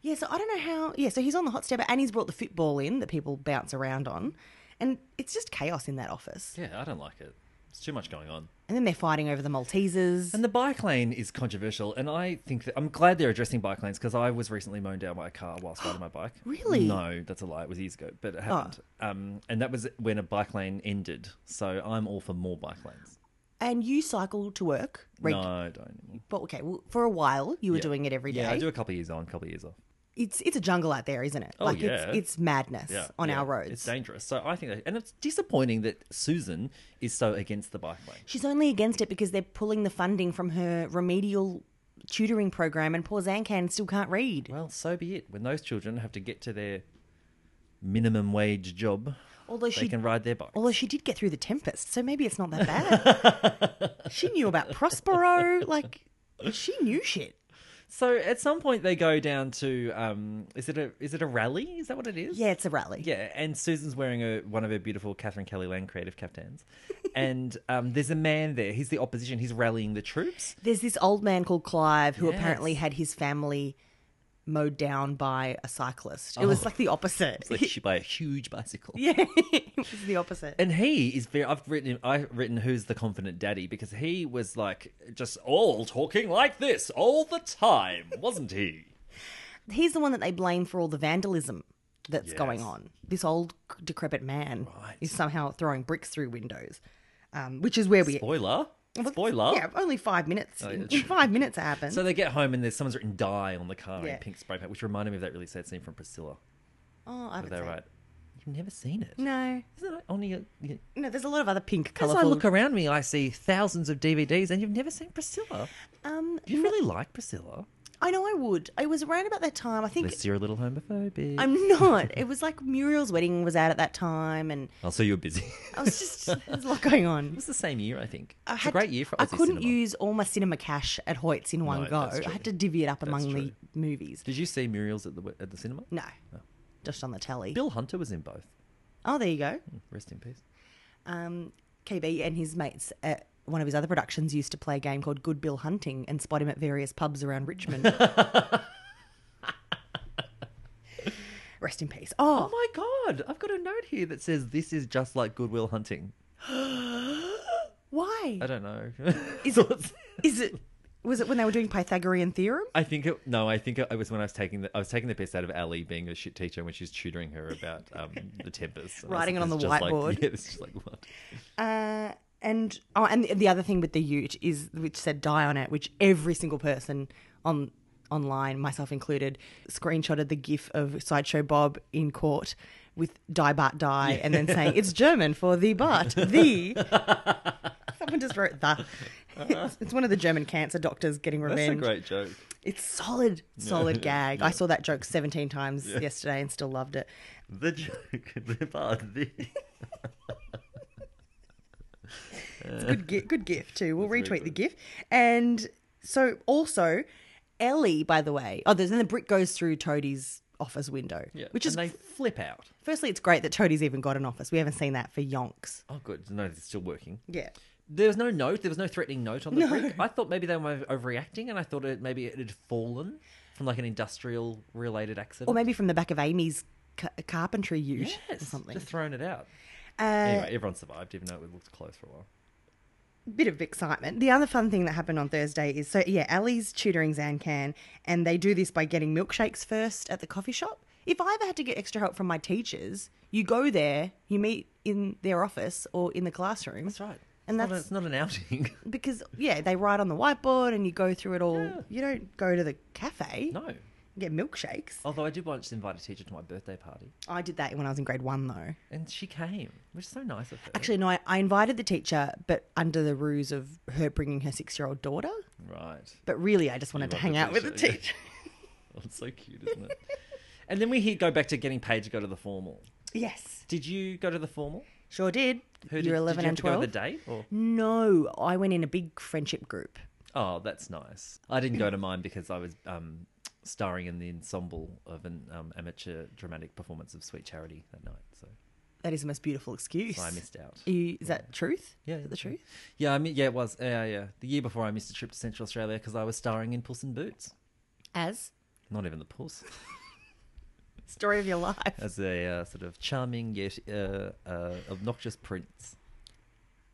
yeah. So I don't know how. Yeah. So he's on the hot stepper and he's brought the football in that people bounce around on, and it's just chaos in that office.
Yeah, I don't like it. It's too much going on.
And then they're fighting over the Maltesers.
And the bike lane is controversial, and I think that I'm glad they're addressing bike lanes because I was recently mown down by a car whilst riding my bike.
Really?
No, that's a lie. It was years ago, but it happened. Um, and that was when a bike lane ended. So I'm all for more bike lanes.
and you cycle to work. Right.
no, I don't anymore.
But okay, well, for a while you were
Yeah.
doing it every day.
Yeah, I do a couple of years on, couple of years off.
It's it's a jungle out there, isn't it?
Oh,
like
yeah.
it's it's madness
Yeah,
on
yeah.
our roads.
It's dangerous. So I think, that, and it's disappointing that Susan is so against the bike lane.
She's only against it because they're pulling the funding from her remedial tutoring program, and poor Zancan still can't read.
Well, so be it. When those children have to get to their minimum wage job,
although
they
she
can ride their bike.
although she did get through the tempest, so maybe it's not that bad. she knew about Prospero, like she knew shit.
So at some point they go down to um, is it a is it a rally? Is that what it is?
Yeah, it's a rally.
Yeah, and Susan's wearing a, one of her beautiful Catherine Kelly Lang creative caftans, and um, there's a man there. He's the opposition. He's rallying the troops.
There's this old man called Clive who
Yes.
apparently had his family mowed down by a cyclist. It was like the opposite.
Oh. It's like she by a huge bicycle.
yeah, it was the opposite.
And he is very. I've written. him- I've written who's the confident daddy because he was like just all talking like this all the time, wasn't he?
He's the one that they blame for all the vandalism that's going
Yes.
on. This old decrepit man is somehow throwing bricks through windows, um, which is where we.
Spoiler. Spoiler. Oh,
Yeah, only five minutes.
yeah,
in,
true.
in five minutes it happened.
So they get home and there's someone's written "die" on the car
Yeah.
in pink spray paint, which reminded me of that really sad scene from Priscilla.
oh, I
But
haven't
they're
seen.
right. You've never seen it.
No,
Isn't it only? A, you-
no. There's a lot of other pink,
as
colourful.
I look around me, I see thousands of DVDs, and you've never seen Priscilla.
um,
You really like Priscilla?
I know I would. It was around about that time. I think
Unless you're a little homophobic.
I'm not. It was like Muriel's wedding was out at that time, and
I'll see you're busy.
I was just there's a lot going on.
it was the same year, I think.
I
it's a
had-
great year for
I
Aussie
couldn't
cinema.
use all my cinema cash at Hoyts in one
No,
go.
that's true.
I had to divvy it up among the
true.
movies.
Did you see Muriel's at the at the cinema?
No, just on the telly.
Bill Hunter was in both.
Oh, there you go.
Rest in peace.
Um, KB and his mates at one of his other productions used to play a game called Good Bill Hunting and spot him at various pubs around Richmond. Rest in peace.
Oh
Oh,
my god! I've got a note here that says this is just like Goodwill Hunting.
why
I don't know.
is it? Is it? Was it when they were doing Pythagorean theorem?
I think it, no, I think it was when I was taking the I was taking the piss out of Ali being a shit teacher when she was tutoring her about um, the tempest, And I was
Writing it
like,
on
this
the
is just like-
whiteboard.
yeah, this is just like what?
Uh, and oh, and the, the other thing with the Ute is which said "die" on it, which every single person on online, myself included, screenshotted the GIF of sideshow Bob in court with "die Bart die" and then saying it's German for the Bart the. Someone just wrote the. It's, it's one of the German cancer doctors getting
That's
revenge.
a great joke.
It's solid, solid gag. I saw that joke seventeen times yesterday and still loved it.
The joke, the part, the
It's good, gi- good gift too. We'll retweet the gif. And so also, Ellie, by the way, oh, there's, then the brick goes through Toadie's office window, which is
and they flip out.
firstly, it's great that Toadie's even got an office. We haven't seen that for yonks.
Oh, good. No, it's still working.
Yeah.
There was no note. There was no threatening note on the brick. I thought maybe they were overreacting, and I thought it maybe it had fallen from like an industrial related accident.
Or maybe from the back of Amy's ca- carpentry ute
yes,
or something.
Just thrown it out.
Uh,
Anyway, everyone survived, even though it looked close for a while.
bit of excitement. The other fun thing that happened on Thursday is so yeah, Ali's tutoring Zancan, and they do this by getting milkshakes first at the coffee shop. If I ever had to get extra help from my teachers, you go there, you meet in their office or in the classroom.
That's right.
And
It's not a-
that's-
it's not an outing.
Because yeah, they write on the whiteboard and you go through it all. You don't go to the cafe.
no. Oh.
Get milkshakes.
Although I did once invite a teacher to my birthday party,
I did that when I was in grade one, though.
and she came, which is so nice of her.
Actually, no, I, I invited the teacher, but under the ruse of her bringing her six year old daughter.
right.
But really, I just wanted to
want
hang
the
out with the
teacher, yeah.
teacher.
Oh, it's so cute, isn't it? and then we hear, go back to getting paid to go to the formal.
yes,
Did you go to the formal?
sure did.
Who
Year
did,
11
did you
and
have
12.
to go to the date? Or?
No, I went in a big friendship group.
Oh, that's nice. I didn't go to mine because I was um, starring in the ensemble of an um, amateur dramatic performance of Sweet Charity that night, so
That is the most beautiful excuse.
I missed out.
You, is that truth?
Yeah,
Is that the
yeah.
truth?
Yeah, I mean, yeah, it was. Yeah, yeah. The year before, I missed a trip to Central Australia because I was starring in Puss in Boots.
As
Not even the Puss.
story of your life.
As a uh, sort of charming yet uh, uh, obnoxious prince.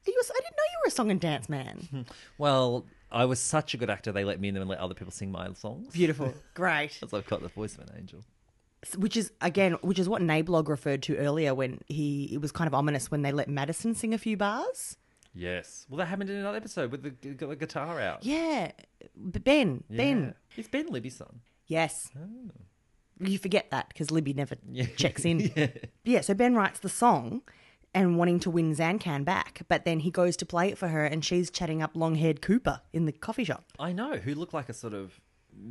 You was- I didn't know you were a song and dance man.
Well, I was such a good actor, they let me in and let other people sing my songs.
Beautiful, great.
Because I've got the voice of an angel.
Which is again, which is what Nablog referred to earlier when he it was kind of ominous when they let Madison sing a few bars.
Yes. Well, that happened in another episode with the, gu- gu- the guitar out.
Yeah, but Ben, Ben,
Yeah. It's Ben Libby's son.
yes. You forget that because Libby never
Oh. Yeah.
checks in.
yeah.
Yeah, so Ben writes the song and wanting to win Zancan back, but then he goes to play it for her and she's chatting up long haired Cooper in the coffee shop.
I know, who looked like a sort of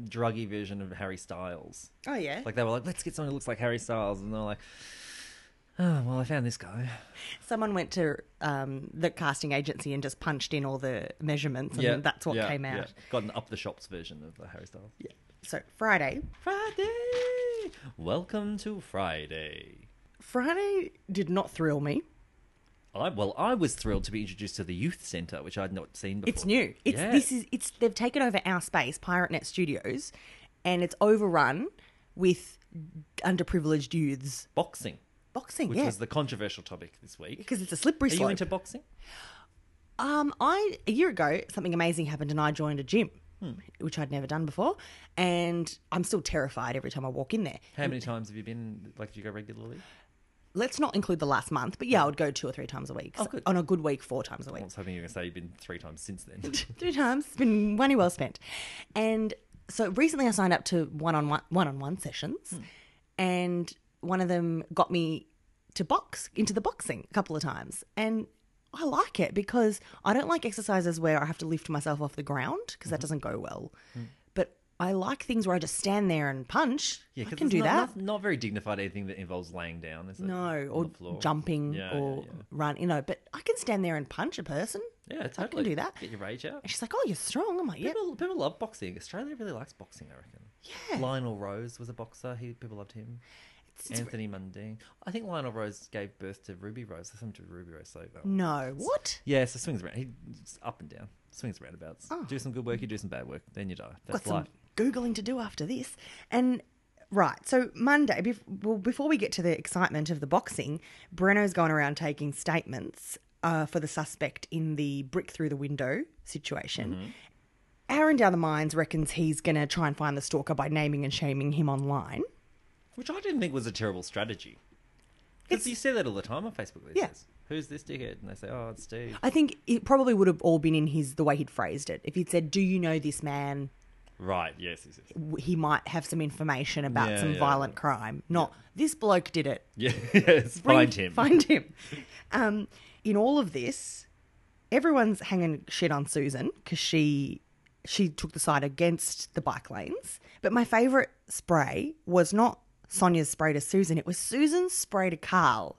druggy version of Harry Styles.
Oh, yeah.
Like, they were like, let's get someone who looks like Harry Styles. And they're like, oh, well, I found this guy.
Someone went to um, the casting agency and just punched in all the measurements and that's what
yeah,
came out.
yeah. Got an up the shops version of the Harry Styles.
So Friday.
Friday. Welcome to Friday.
Friday did not thrill me.
I well, I was thrilled to be introduced to the youth centre, which I'd not seen before.
It's new. It's
Yeah.
this is it's they've taken over our space, Pirate Net Studios, and it's overrun with underprivileged youths
boxing,
boxing.
which
yeah.
was the controversial topic this week.
because it's a slippery
Are
slope.
you into boxing?
Um, I a year ago something amazing happened, and I joined a gym,
Hmm.
which I'd never done before, and I'm still terrified every time I walk in there.
How many times have you been? Like, do you go regularly?
Let's not include the last month, but yeah, I would go two or three times a week.
Oh, good.
On a good week, four times a
I
week.
was hoping you were going to say you've been three times since then.
three times. It's been money well spent. And so recently I signed up to one on one one on one sessions
Hmm.
and one of them got me to box into the boxing a couple of times. And I like it because I don't like exercises where I have to lift myself off the ground because
Mm-hmm.
that doesn't go well.
Hmm.
But I like things where I just stand there and punch.
yeah,
I
'cause
can
it's
do
not,
that.
Not, not very dignified. Anything that involves laying down, is it?
No,
On the
or
floor.
jumping
Yeah,
or
yeah,
run, you know, but I can stand there and punch a person.
Yeah, totally.
do that.
Get your rage out.
And she's like, Oh, you're strong. I'm like, Yeah,
People, people love boxing. Australia really likes boxing, I reckon.
Yeah.
Lionel Rose was a boxer. He people loved him. Anthony Mundine. I think Lionel Rose gave birth to Ruby Rose. There's something to Ruby Rose. So um,
no. What?
yeah, so swings around. He it's up and down. Swings roundabouts. Do some good work. You do some bad work. Then you die.
Ah.
That's
got some
life.
googling to do after this. And right, so Monday, bef- well, before we get to the excitement of the boxing, Breno's gone around taking statements uh, for the suspect in the brick through the window situation.
Mm-hmm.
Aaron down the mines reckons he's going to try and find the stalker by naming and shaming him online.
Which I didn't think was a terrible strategy. Because you see that all the time on Facebook these
Yeah.
days. Who's this dickhead? And they say, oh, it's Steve.
I think it probably would have all been in his the way he'd phrased it. If he'd said, "Do you know this man?"
Right. Yes. yes, yes.
w- He might have some information about
Yeah,
some
yeah.
violent crime. Not this bloke did it.
Yeah. yes.
Bring-
Find him.
Find him. Um, in all of this, everyone's hanging shit on Susan because she she took the side against the bike lanes. But my favourite spray was not Sonia's spray to Susan; it was Susan's spray to Carl.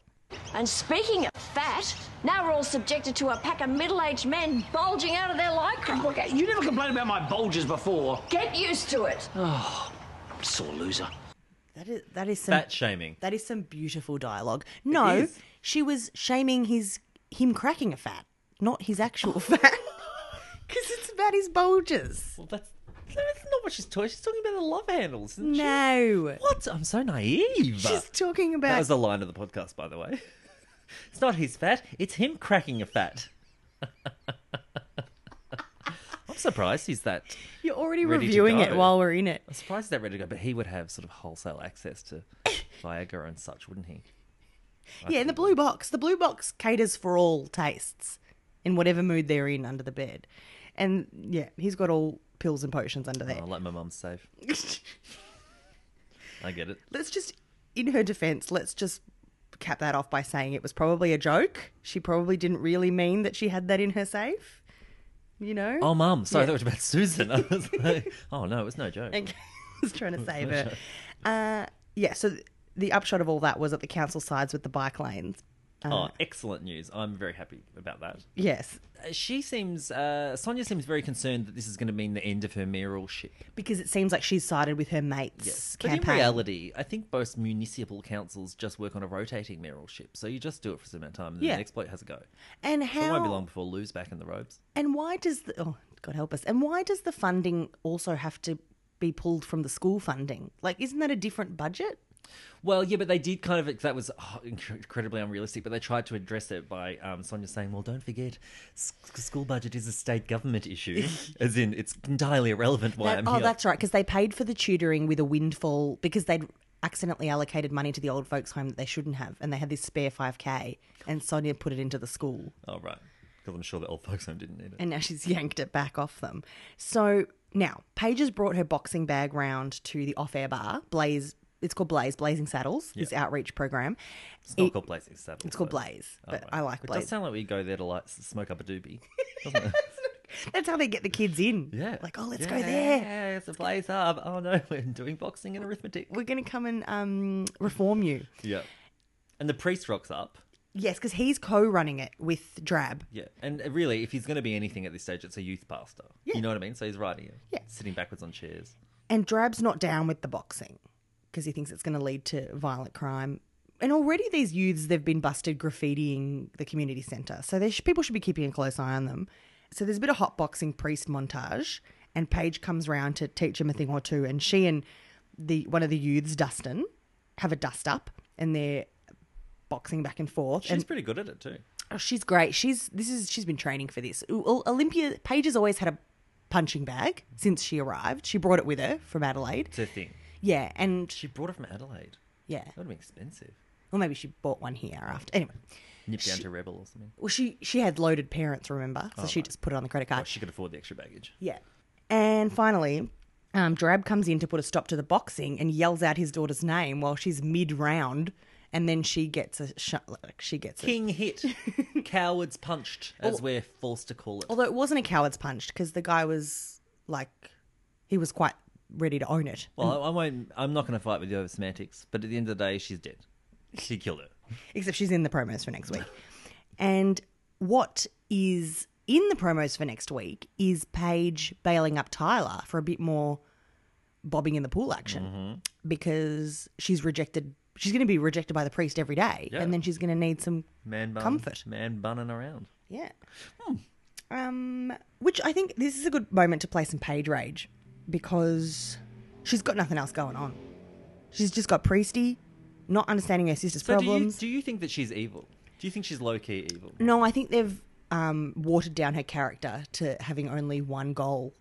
And speaking of fat, now we're all subjected to a pack of middle-aged men bulging out of their lycra.
Look, you never complained about my bulges before.
Get used to it.
Sore loser.
That is that is some
Fat shaming.
that is some beautiful dialogue. No,
is.
she was shaming his him cracking a fat, not his actual fat, because it's about his bulges.
Well, that's, that's not what she's talking. She's talking about the love handles. Isn't she?
No,
What? I'm so naive.
she's talking about
That was the line of the podcast, by the way. It's not his fat, it's him cracking a fat. I'm surprised he's that.
You're already
ready to
reviewing it
go.
while we're in it.
I'm surprised he's that ready to go, but he would have sort of wholesale access to Viagra and such, wouldn't he?
yeah, in the blue box. The blue box caters for all tastes in whatever mood they're in under the bed.
Oh,
And yeah, he's got all pills and potions under there.
I'll let my mum save. I get it.
Let's just, in her defense, let's just cap that off by saying it was probably a joke. She probably didn't really mean that she had that in her safe. You know?
Oh, mum. Sorry, that was about Susan. I was like, oh, no, it was no joke.
Okay. I was trying to save her. Uh, yeah, so th- the upshot of all that was that the council sides with the bike lanes.
Oh, excellent news. I'm very happy about that.
Yes,
Uh, She seems, uh, Sonia seems very concerned that this is going to mean the end of her mayoralship.
because it seems like she's sided with her mates.
But in
campaign.
reality, I think most municipal councils just work on a rotating mayoralship. So you just do it for some amount of time and then
Yeah.
the next bloke has a go.
and
So it won't be
how?
long before Lou's back in the robes.
And why does the oh God help us? And why does the funding also have to be pulled from the school funding? Like, isn't that a different budget?
Well, yeah, but they did kind of, that was oh, inc- incredibly unrealistic, but they tried to address it by um, Sonia saying, well, don't forget, s- school budget is a state government issue, as in it's entirely irrelevant why
That-
I'm
oh,
here.
that's right, because they paid for the tutoring with a windfall because they'd accidentally allocated money to the old folks' home that they shouldn't have, and they had this spare five k, and Sonia put it into the school.
Oh, right. Because I'm sure the old folks home didn't need it.
and now she's yanked it back off them. So now Paige has brought her boxing bag round to the off-air bar. Blaze, it's called Blaze Blazing Saddles. This outreach program.
It's not
It-
called Blazing Saddles.
it's called
though.
Blaze, but
right.
I like
It
Blaze.
does sound like we go there to like s- smoke up a doobie.
That's how they get the kids in.
Yeah.
like oh, let's
yeah,
go there.
Yeah, it's a Blaze Hub. Oh no, we're doing boxing and arithmetic.
We're going to come and um, reform you.
Yeah. And the priest rocks up.
Yes, because he's co-running it with Drab.
Yeah. And uh, really, if he's going to be anything at this stage, it's a youth pastor. You know what I mean? So he's riding it.
Yeah.
Sitting backwards on chairs.
And Drab's not down with the boxing because he thinks it's going to lead to violent crime. And already these youths, they've been busted graffitiing the community centre. So there sh- people should be keeping a close eye on them. So there's a bit of hot boxing priest montage. And Paige comes round to teach him a thing or two. And she and the one of the youths, Dustin, have a dust up and they're boxing back and forth.
She's
and
pretty good at it too.
Oh, she's great. She's this is she's been training for this. O- Olympia Paige has always had a punching bag since she arrived. She brought it with her from Adelaide.
It's her thing.
Yeah, and
She brought it from Adelaide.
yeah,
That would be expensive.
or maybe she bought one here after. Anyway,
Nip down to Rebel or something.
well she she had loaded parents, remember? So she just put it on the credit
Oh,
card.
she could afford the extra baggage.
Yeah. And finally, um, Drab comes in to put a stop to the boxing and yells out his daughter's name while she's mid round, and then she gets a sh- like, she gets a-
King hit. Cowards punched, as we're forced to call it.
Although it wasn't a coward's punch because the guy was like, he was quite ready to own it.
Well, I, I won't. I'm not going to fight with you over semantics. But at the end of the day, she's dead. She killed her.
Except she's in the promos for next week. And what is in the promos for next week is Paige bailing up Tyler for a bit more bobbing in the pool action
Mm-hmm.
because she's rejected. She's going to be rejected by the priest every day, and then she's going to need some
Man bun.
Comfort.
Man bunning around.
Yeah.
Hmm.
Um, which I think this is a good moment to play some page rage because she's got nothing else going on. She's just got Priesty, not understanding her sister's
So
problems. Mm.
do you do you think that she's evil? Do you think she's low key evil?
No, I think they've um, watered down her character to having only one goal,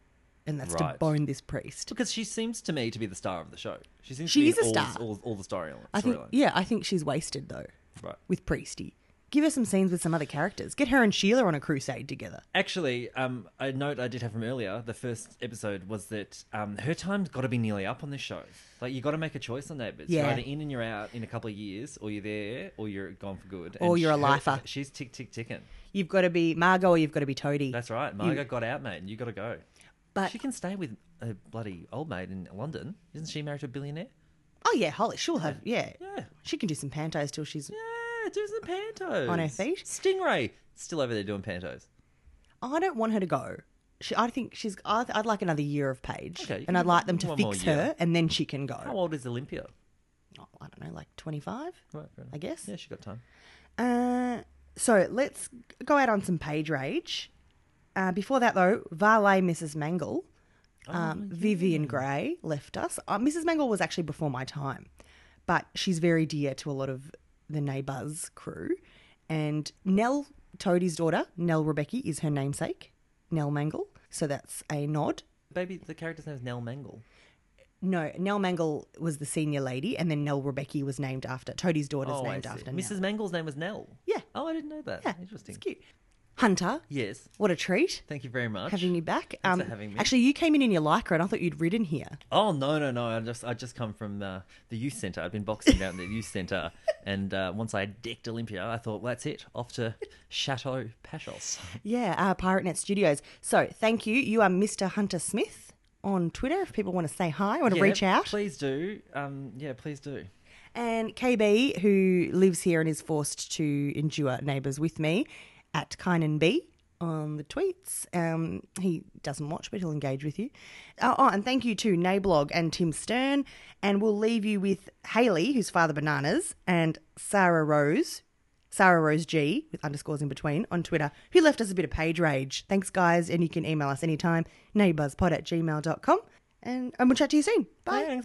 and that's to
Right.
bone this priest.
Because she seems to me to be the star of the show. She seems
She
to be
is a
all,
star.
All, all the story.
I think,
storyline.
yeah, I think she's wasted though
Right.
with Priesty. Give her some scenes with some other characters. Get her and Sheila on a crusade together.
Actually, um, a note I did have from earlier, the first episode, was that um, her time's got to be nearly up on this show. Like, you got to make a choice on Neighbours.
Yeah.
You're either in and you're out in a couple of years, or you're there, or you're gone for good.
Or
And
you're a
she-
lifer.
She's tick, tick, ticking.
You've got to be Margot or you've got to be Toadie.
That's right. Margot got out, mate, and you got to go.
But
she can stay with a bloody old maid in London. Isn't she married to a billionaire?
Oh yeah, Holly, she'll have yeah.
Yeah.
She can do some pantos till she's.
Yeah, do some pantos.
On her feet?
Stingray. Still over there doing pantos.
I don't want her to go. She, I think she's. I th- I'd like another year of Paige,
Okay, you
and
can-
I'd like them to
one more
fix
year.
her, and then she can go.
How old is Olympia?
Oh, I don't know, like twenty five,
Right, fair enough.
I guess.
Yeah, she got time.
Uh, so let's go out on some Paige rage. Uh, before that, though, Varley, Mrs. Mangle,
Oh,
um, Vivian Grey left us. Uh, Mrs. Mangle was actually before my time, but she's very dear to a lot of the Neighbours crew. And Nell, Toadie's daughter, Nell Rebecca, is her namesake, Nell Mangle. So that's a nod.
Baby, the character's name is Nell Mangle.
No, Nell Mangle was the senior lady, and then Nell Rebecca was named after Toadie's daughter's
Oh, I
named
see.
after Nell.
Mrs. Mangle's name was Nell.
Yeah.
Oh, I didn't know that.
Yeah,
Interesting.
It's cute. Hunter.
Yes.
What a treat.
Thank you very much.
Having you back. Um,
Thanks for having me.
Actually, you came in in your lycra, and I thought you'd ridden here.
Oh no no no! I just I just come from uh, the youth center. I've been boxing down at the youth center, and uh, once I decked Olympia, I thought, well, that's it. Off to Chateau Pachos.
Yeah, uh, Pirate Net Studios. So thank you. You are Mr. Hunter Smith on Twitter. If people want to say hi, want to
Yeah,
reach out.
Please do. Um, yeah, please do.
And KB, who lives here and is forced to endure neighbours with me, at Kynan B on the tweets. Um, he doesn't watch, but he'll engage with you. Oh, oh, and thank you to Nablog and Tim Stern. And we'll leave you with Haley, who's Father Bananas, and Sarah Rose, Sarah Rose G, with underscores in between, on Twitter, who left us a bit of page rage. Thanks, guys. And you can email us anytime, neighbourspod at gmail.com. And, and we'll chat to you soon. Bye.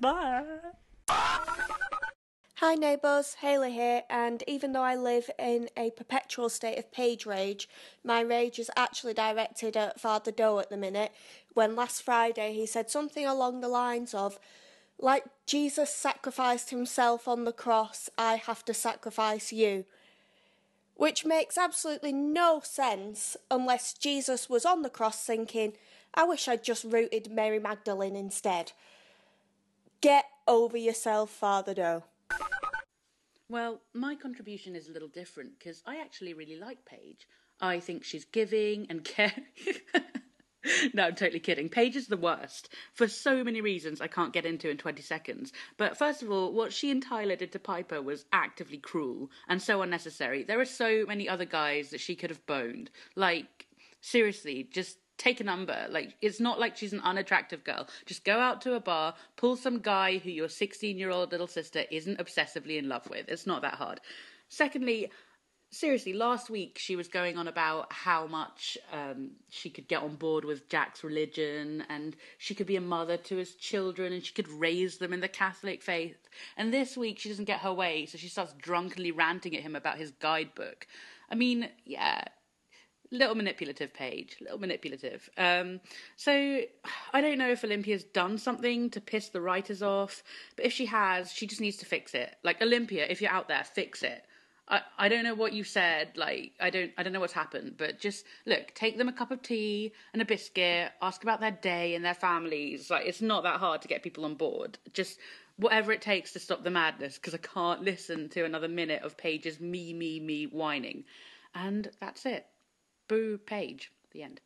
Hi neighbours, Haley here, and even though I live in a perpetual state of page rage, my rage is actually directed at Father Doe at the minute. When last Friday he said something along the lines of, like Jesus sacrificed himself on the cross, I have to sacrifice you. Which makes absolutely no sense unless Jesus was on the cross thinking, I wish I'd just rooted Mary Magdalene instead. Get over yourself, Father Doe.
Well, my contribution is a little different because I actually really like Paige. I think she's giving and caring. no, I'm totally kidding. Paige is the worst for so many reasons I can't get into in 20 seconds. But first of all, what she and Tyler did to Piper was actively cruel and so unnecessary. There are so many other guys that she could have boned. Like, seriously, just take a number. Like, it's not like she's an unattractive girl. Just go out to a bar, pull some guy who your 16 year old little sister isn't obsessively in love with. It's not that hard. Secondly, seriously, last week she was going on about how much um, she could get on board with Jack's religion and she could be a mother to his children and she could raise them in the Catholic faith. And this week she doesn't get her way, so she starts drunkenly ranting at him about his guidebook. I mean, yeah, little manipulative page little manipulative um so i don't know if olympia's done something to piss the writers off but if she has she just needs to fix it like olympia if you're out there fix it i i don't know what you said like i don't i don't know what's happened but just look take them a cup of tea and a biscuit ask about their day and their families like it's not that hard to get people on board just whatever it takes to stop the madness because i can't listen to another minute of pages me me me whining and that's it Boo page. The end.